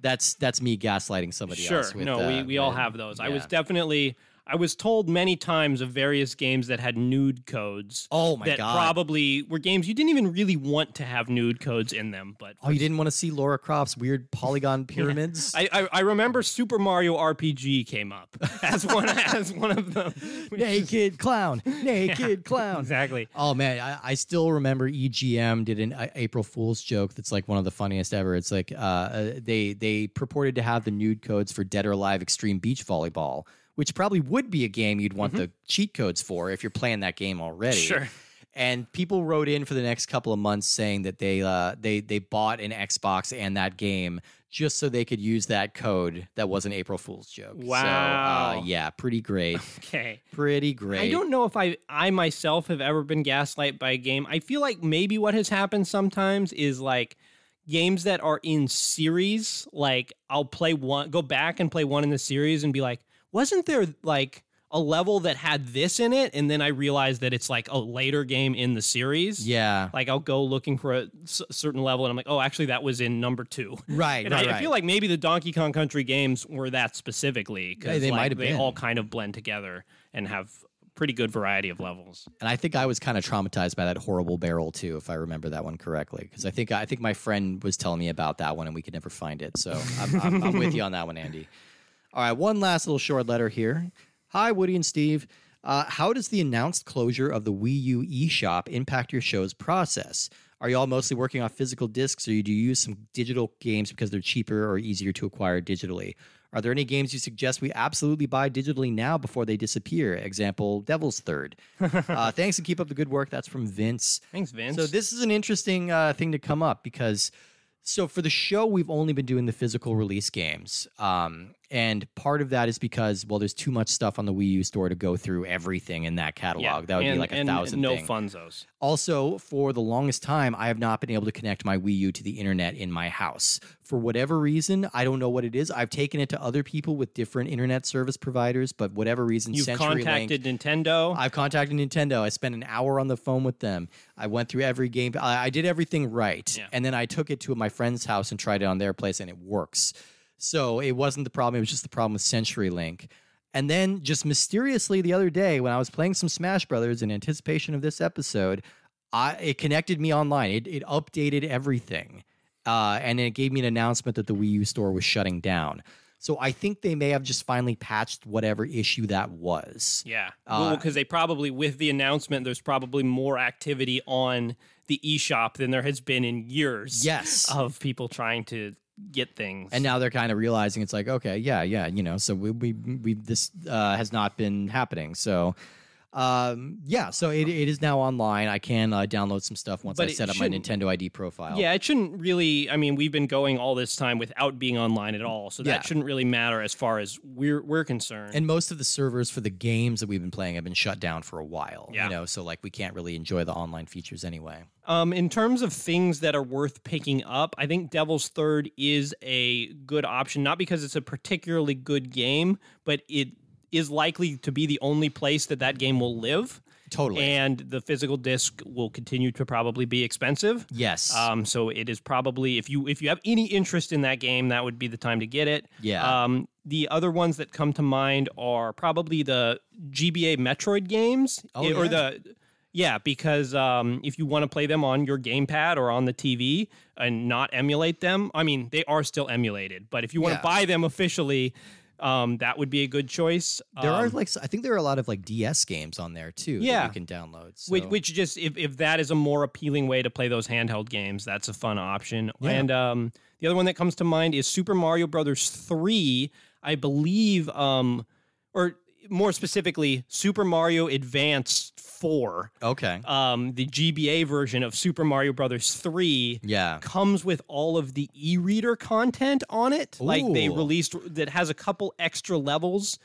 [SPEAKER 1] that's that's me gaslighting somebody
[SPEAKER 2] sure,
[SPEAKER 1] else. with,
[SPEAKER 2] no, we
[SPEAKER 1] uh,
[SPEAKER 2] we all
[SPEAKER 1] with-
[SPEAKER 2] have those. I was
[SPEAKER 1] yeah.
[SPEAKER 2] definitely. I was told many times of various games that had nude codes.
[SPEAKER 1] Oh my
[SPEAKER 2] that
[SPEAKER 1] God.
[SPEAKER 2] probably were games you didn't even really want to have nude codes in them, but
[SPEAKER 1] Oh, you didn't want to see Laura Croft's weird polygon pyramids?
[SPEAKER 2] I, I, I remember Super Mario RPG came up as one as one of them.
[SPEAKER 1] naked clown, naked clown.
[SPEAKER 2] Exactly.
[SPEAKER 1] Oh man, I, I still remember EGM did an A- April Fool's joke that's like one of the funniest ever. It's like uh, uh, they they purported to have the nude codes for Dead or Alive Extreme Beach Volleyball, which probably would be a game you'd want the cheat codes for if you're playing that game already.
[SPEAKER 2] Mm-hmm. Sure.
[SPEAKER 1] And people wrote in for the next couple of months saying that they uh, they they bought an Xbox and that game just so they could use that code that was an April Fool's joke. So,
[SPEAKER 2] Wow.
[SPEAKER 1] uh, yeah, pretty great,
[SPEAKER 2] Okay.
[SPEAKER 1] pretty great.
[SPEAKER 2] I don't know if I I myself have ever been gaslight by a game. I feel like maybe what has happened sometimes is like games that are in series, like I'll play one go back and play one in the series and be like, wasn't there like a level that had this in it? And then I realize that it's like a later game in the series.
[SPEAKER 1] Yeah.
[SPEAKER 2] Like I'll go looking for a s- certain level and I'm like, oh, actually that was in number two.
[SPEAKER 1] Right.
[SPEAKER 2] And
[SPEAKER 1] right,
[SPEAKER 2] I, I
[SPEAKER 1] right.
[SPEAKER 2] feel like maybe the Donkey Kong Country games were that specifically because
[SPEAKER 1] Yeah, they
[SPEAKER 2] they,
[SPEAKER 1] might have
[SPEAKER 2] they
[SPEAKER 1] been.
[SPEAKER 2] all kind of blend together and have pretty good variety of levels.
[SPEAKER 1] And I think I was kind of traumatized by that horrible barrel too, if I remember that one correctly, because I think I think my friend was telling me about that one, and we could never find it. So I'm, I'm, I'm with you on that one, Andy. All right, one last little short letter here. Hi, Woody and Steve. Uh, how does the announced closure of the Wii U eShop impact your show's process? Are you all mostly working off physical discs, or do you use some digital games because they're cheaper or easier to acquire digitally? Are there any games you suggest we absolutely buy digitally now before they disappear? Example, Devil's Third. uh, thanks and keep up the good work. That's from Vince.
[SPEAKER 2] Thanks, Vince.
[SPEAKER 1] So this is an interesting uh, thing to come up because so for the show we've only been doing the physical release games, um, and part of that is because well, there's too much stuff on the Wii U store to go through everything in that catalog. That would
[SPEAKER 2] and,
[SPEAKER 1] be like a
[SPEAKER 2] and
[SPEAKER 1] thousand.
[SPEAKER 2] No
[SPEAKER 1] things.
[SPEAKER 2] funzos.
[SPEAKER 1] Also, for the longest time, I have not been able to connect my Wii U to the internet in my house for whatever reason, I don't know what it is. I've taken it to other people with different internet service providers, but whatever reason,
[SPEAKER 2] You've
[SPEAKER 1] CenturyLink-
[SPEAKER 2] contacted Nintendo.
[SPEAKER 1] I've contacted Nintendo. I spent an hour on the phone with them. I went through every game. I, I did everything right,
[SPEAKER 2] Yeah.
[SPEAKER 1] and then I took it to my friend's house and tried it on their place, and it works. So it wasn't the problem. It was just the problem with CenturyLink. And then just mysteriously the other day, when I was playing some Smash Brothers in anticipation of this episode, I, it connected me online. It, it updated everything, uh, and it gave me an announcement that the Wii U store was shutting down. So I think they may have just finally patched whatever issue that was.
[SPEAKER 2] yeah.
[SPEAKER 1] Uh,
[SPEAKER 2] because they probably, with the announcement, there's probably more activity on the eShop than there has been in years
[SPEAKER 1] Yes.
[SPEAKER 2] of people trying to get things.
[SPEAKER 1] And now they're kind of realizing it's like, okay, yeah, yeah, you know, so we we, we this uh, has not been happening. So um yeah, so it, it is now online. I can uh, download some stuff once
[SPEAKER 2] But
[SPEAKER 1] I
[SPEAKER 2] it
[SPEAKER 1] set up my
[SPEAKER 2] shouldn't-
[SPEAKER 1] Nintendo ID profile.
[SPEAKER 2] Yeah, it shouldn't really. I mean, we've been going all this time without being online at all, so that
[SPEAKER 1] Yeah.
[SPEAKER 2] shouldn't really matter as far as we're we're concerned.
[SPEAKER 1] And most of the servers for the games that we've been playing have been shut down for a while.
[SPEAKER 2] Yeah.
[SPEAKER 1] You know, so like we can't really enjoy the online features anyway.
[SPEAKER 2] Um, in terms of things that are worth picking up, I think Devil's Third is a good option, not because it's a particularly good game, but it is likely to be the only place that that game will live.
[SPEAKER 1] Totally.
[SPEAKER 2] And the physical disc will continue to probably be expensive.
[SPEAKER 1] yes.
[SPEAKER 2] Um, so it is probably if you if you have any interest in that game, that would be the time to get it.
[SPEAKER 1] Yeah.
[SPEAKER 2] Um, the other ones that come to mind are probably the GBA Metroid games,
[SPEAKER 1] Oh,
[SPEAKER 2] eh, or
[SPEAKER 1] yeah.
[SPEAKER 2] the yeah, because um, if you want to play them on your gamepad or on the TV and not emulate them, I mean they are still emulated, but if you want to
[SPEAKER 1] Yeah.
[SPEAKER 2] buy them officially, um, that would be a good choice.
[SPEAKER 1] there are
[SPEAKER 2] Um,
[SPEAKER 1] like s- I think there are a lot of like DS games on there too that
[SPEAKER 2] Yeah.
[SPEAKER 1] you can download. So.
[SPEAKER 2] Which, which just if, if that is a more appealing way to play those handheld games, that's a fun option.
[SPEAKER 1] Yeah.
[SPEAKER 2] And um, the other one that comes to mind is Super Mario Brothers three, I believe, um, or more specifically, Super Mario Advance four,
[SPEAKER 1] okay.
[SPEAKER 2] um, the GBA version of Super Mario Brothers three.
[SPEAKER 1] yeah.
[SPEAKER 2] Comes with all of the e-reader content on it, like they
[SPEAKER 1] Ooh.
[SPEAKER 2] released that has a couple extra levels.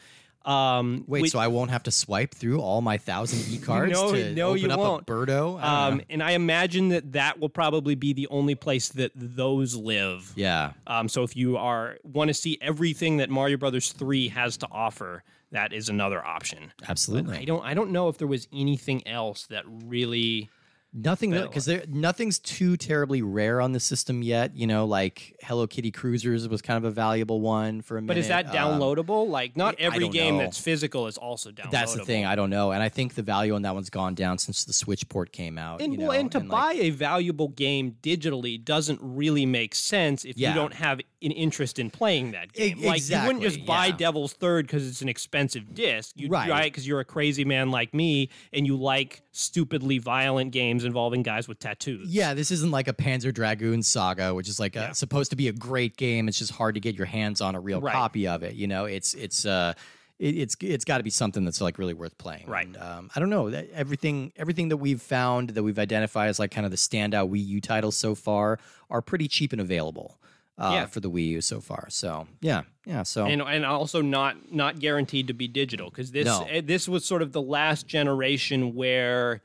[SPEAKER 2] Um,
[SPEAKER 1] Wait,
[SPEAKER 2] which-
[SPEAKER 1] so I won't have to swipe through all my thousand e cards
[SPEAKER 2] No,
[SPEAKER 1] to
[SPEAKER 2] no,
[SPEAKER 1] open
[SPEAKER 2] you
[SPEAKER 1] up
[SPEAKER 2] won't.
[SPEAKER 1] a Birdo? I don't
[SPEAKER 2] Um,
[SPEAKER 1] know.
[SPEAKER 2] and I imagine that that will probably be the only place that those live.
[SPEAKER 1] yeah,
[SPEAKER 2] Um, so if you are want to see everything that Mario Brothers Three has to offer, that is another option. I
[SPEAKER 1] absolutely.
[SPEAKER 2] don't I don't know if there was anything else that really.
[SPEAKER 1] Nothing
[SPEAKER 2] But-
[SPEAKER 1] because there nothing's too terribly rare on the system yet. You know, like Hello Kitty Cruisers was kind of a valuable one for a minute.
[SPEAKER 2] But is that
[SPEAKER 1] Um,
[SPEAKER 2] downloadable? like not
[SPEAKER 1] I
[SPEAKER 2] every
[SPEAKER 1] don't
[SPEAKER 2] game
[SPEAKER 1] know.
[SPEAKER 2] that's physical is also downloadable.
[SPEAKER 1] that's the thing. I don't know, and I think the value on that one's gone down since the Switch port came out.
[SPEAKER 2] And,
[SPEAKER 1] you know,
[SPEAKER 2] well, and to
[SPEAKER 1] like,
[SPEAKER 2] buy a valuable game digitally doesn't really make sense if
[SPEAKER 1] Yeah.
[SPEAKER 2] you don't have an interest in playing that
[SPEAKER 1] E-
[SPEAKER 2] game. like you wouldn't
[SPEAKER 1] exactly,
[SPEAKER 2] just buy
[SPEAKER 1] yeah.
[SPEAKER 2] Devil's Third because it's an expensive disc. You'd
[SPEAKER 1] Right.
[SPEAKER 2] buy it because you're a crazy man like me and you like stupidly violent games involving guys with tattoos.
[SPEAKER 1] yeah, this isn't like a Panzer Dragoon Saga, which is like a,
[SPEAKER 2] Yeah.
[SPEAKER 1] supposed to be a great game. It's just hard to get your hands on a real
[SPEAKER 2] Right.
[SPEAKER 1] copy of it. You know, it's it's uh, it, it's it's got to be something that's like really worth playing.
[SPEAKER 2] Right.
[SPEAKER 1] And, um, I don't know. that- Everything everything that we've found that we've identified as like kind of the standout Wii U titles so far are pretty cheap and available. Uh,
[SPEAKER 2] Yeah.
[SPEAKER 1] for the Wii U so far. So yeah, yeah. So
[SPEAKER 2] And, and also not not guaranteed to be digital because this
[SPEAKER 1] No.
[SPEAKER 2] eh, this was sort of the last generation where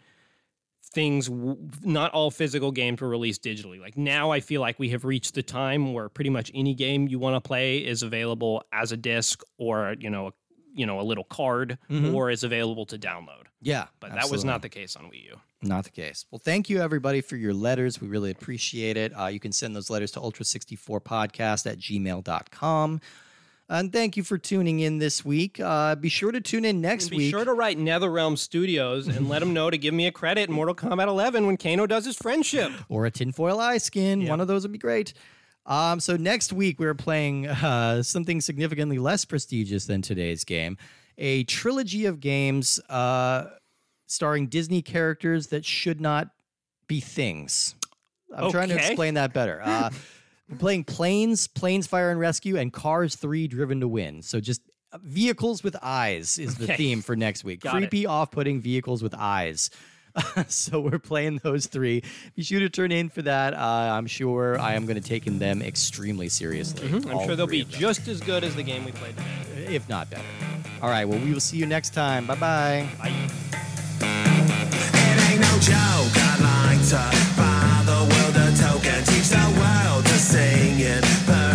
[SPEAKER 2] things w- not all physical games were released digitally like now i feel like we have reached the time where pretty much any game you want to play is available as a disc or you know a, you know a little card
[SPEAKER 1] Mhm.
[SPEAKER 2] or is available to download
[SPEAKER 1] yeah,
[SPEAKER 2] but that was
[SPEAKER 1] absolutely.
[SPEAKER 2] not the case on wii u
[SPEAKER 1] Not the case. Well, thank you, everybody, for your letters. We really appreciate it. Uh, you can send those letters to ultra64podcast at gmail.com. And thank you for tuning in this week. Uh, be sure to tune in next
[SPEAKER 2] be
[SPEAKER 1] week.
[SPEAKER 2] sure to write netherrealm studios and let them know to give me a credit in mortal kombat 11 when kano does his friendship
[SPEAKER 1] or a tinfoil eye skin. One of those would be great. Um, so next week we're playing uh, something significantly less prestigious than today's game, a trilogy of games uh, starring Disney characters that should not be things. I'm trying to
[SPEAKER 2] Okay.
[SPEAKER 1] explain that better. Uh, we're playing Planes, Planes, Fire and Rescue, and Cars Three: Driven to Win. So just uh, vehicles with eyes is the
[SPEAKER 2] Okay.
[SPEAKER 1] theme for next week.
[SPEAKER 2] Got it.
[SPEAKER 1] Creepy, off-putting vehicles with eyes. so we're playing those three. Be sure to turn in for that. Uh, I'm sure I am going to take in them extremely seriously.
[SPEAKER 2] Mm-hmm. i'm
[SPEAKER 1] All
[SPEAKER 2] sure they'll
[SPEAKER 1] three
[SPEAKER 2] be
[SPEAKER 1] of them,
[SPEAKER 2] just as good as the game we played today
[SPEAKER 1] if not better. All right. Well, we will see you next time. Bye bye.
[SPEAKER 3] It ain't no joke. I like to buy the world a token, teach the world to sing it. But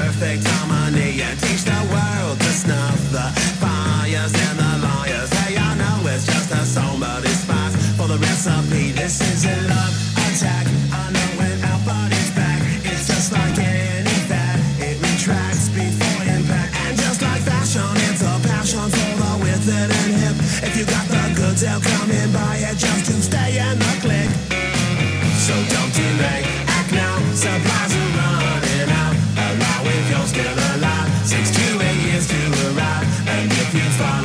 [SPEAKER 3] until coming by it just to stay in the click. So don't delay, act now. Supplies are running out. Allow if you're still alive. Six to eight years to arrive. And if you follow.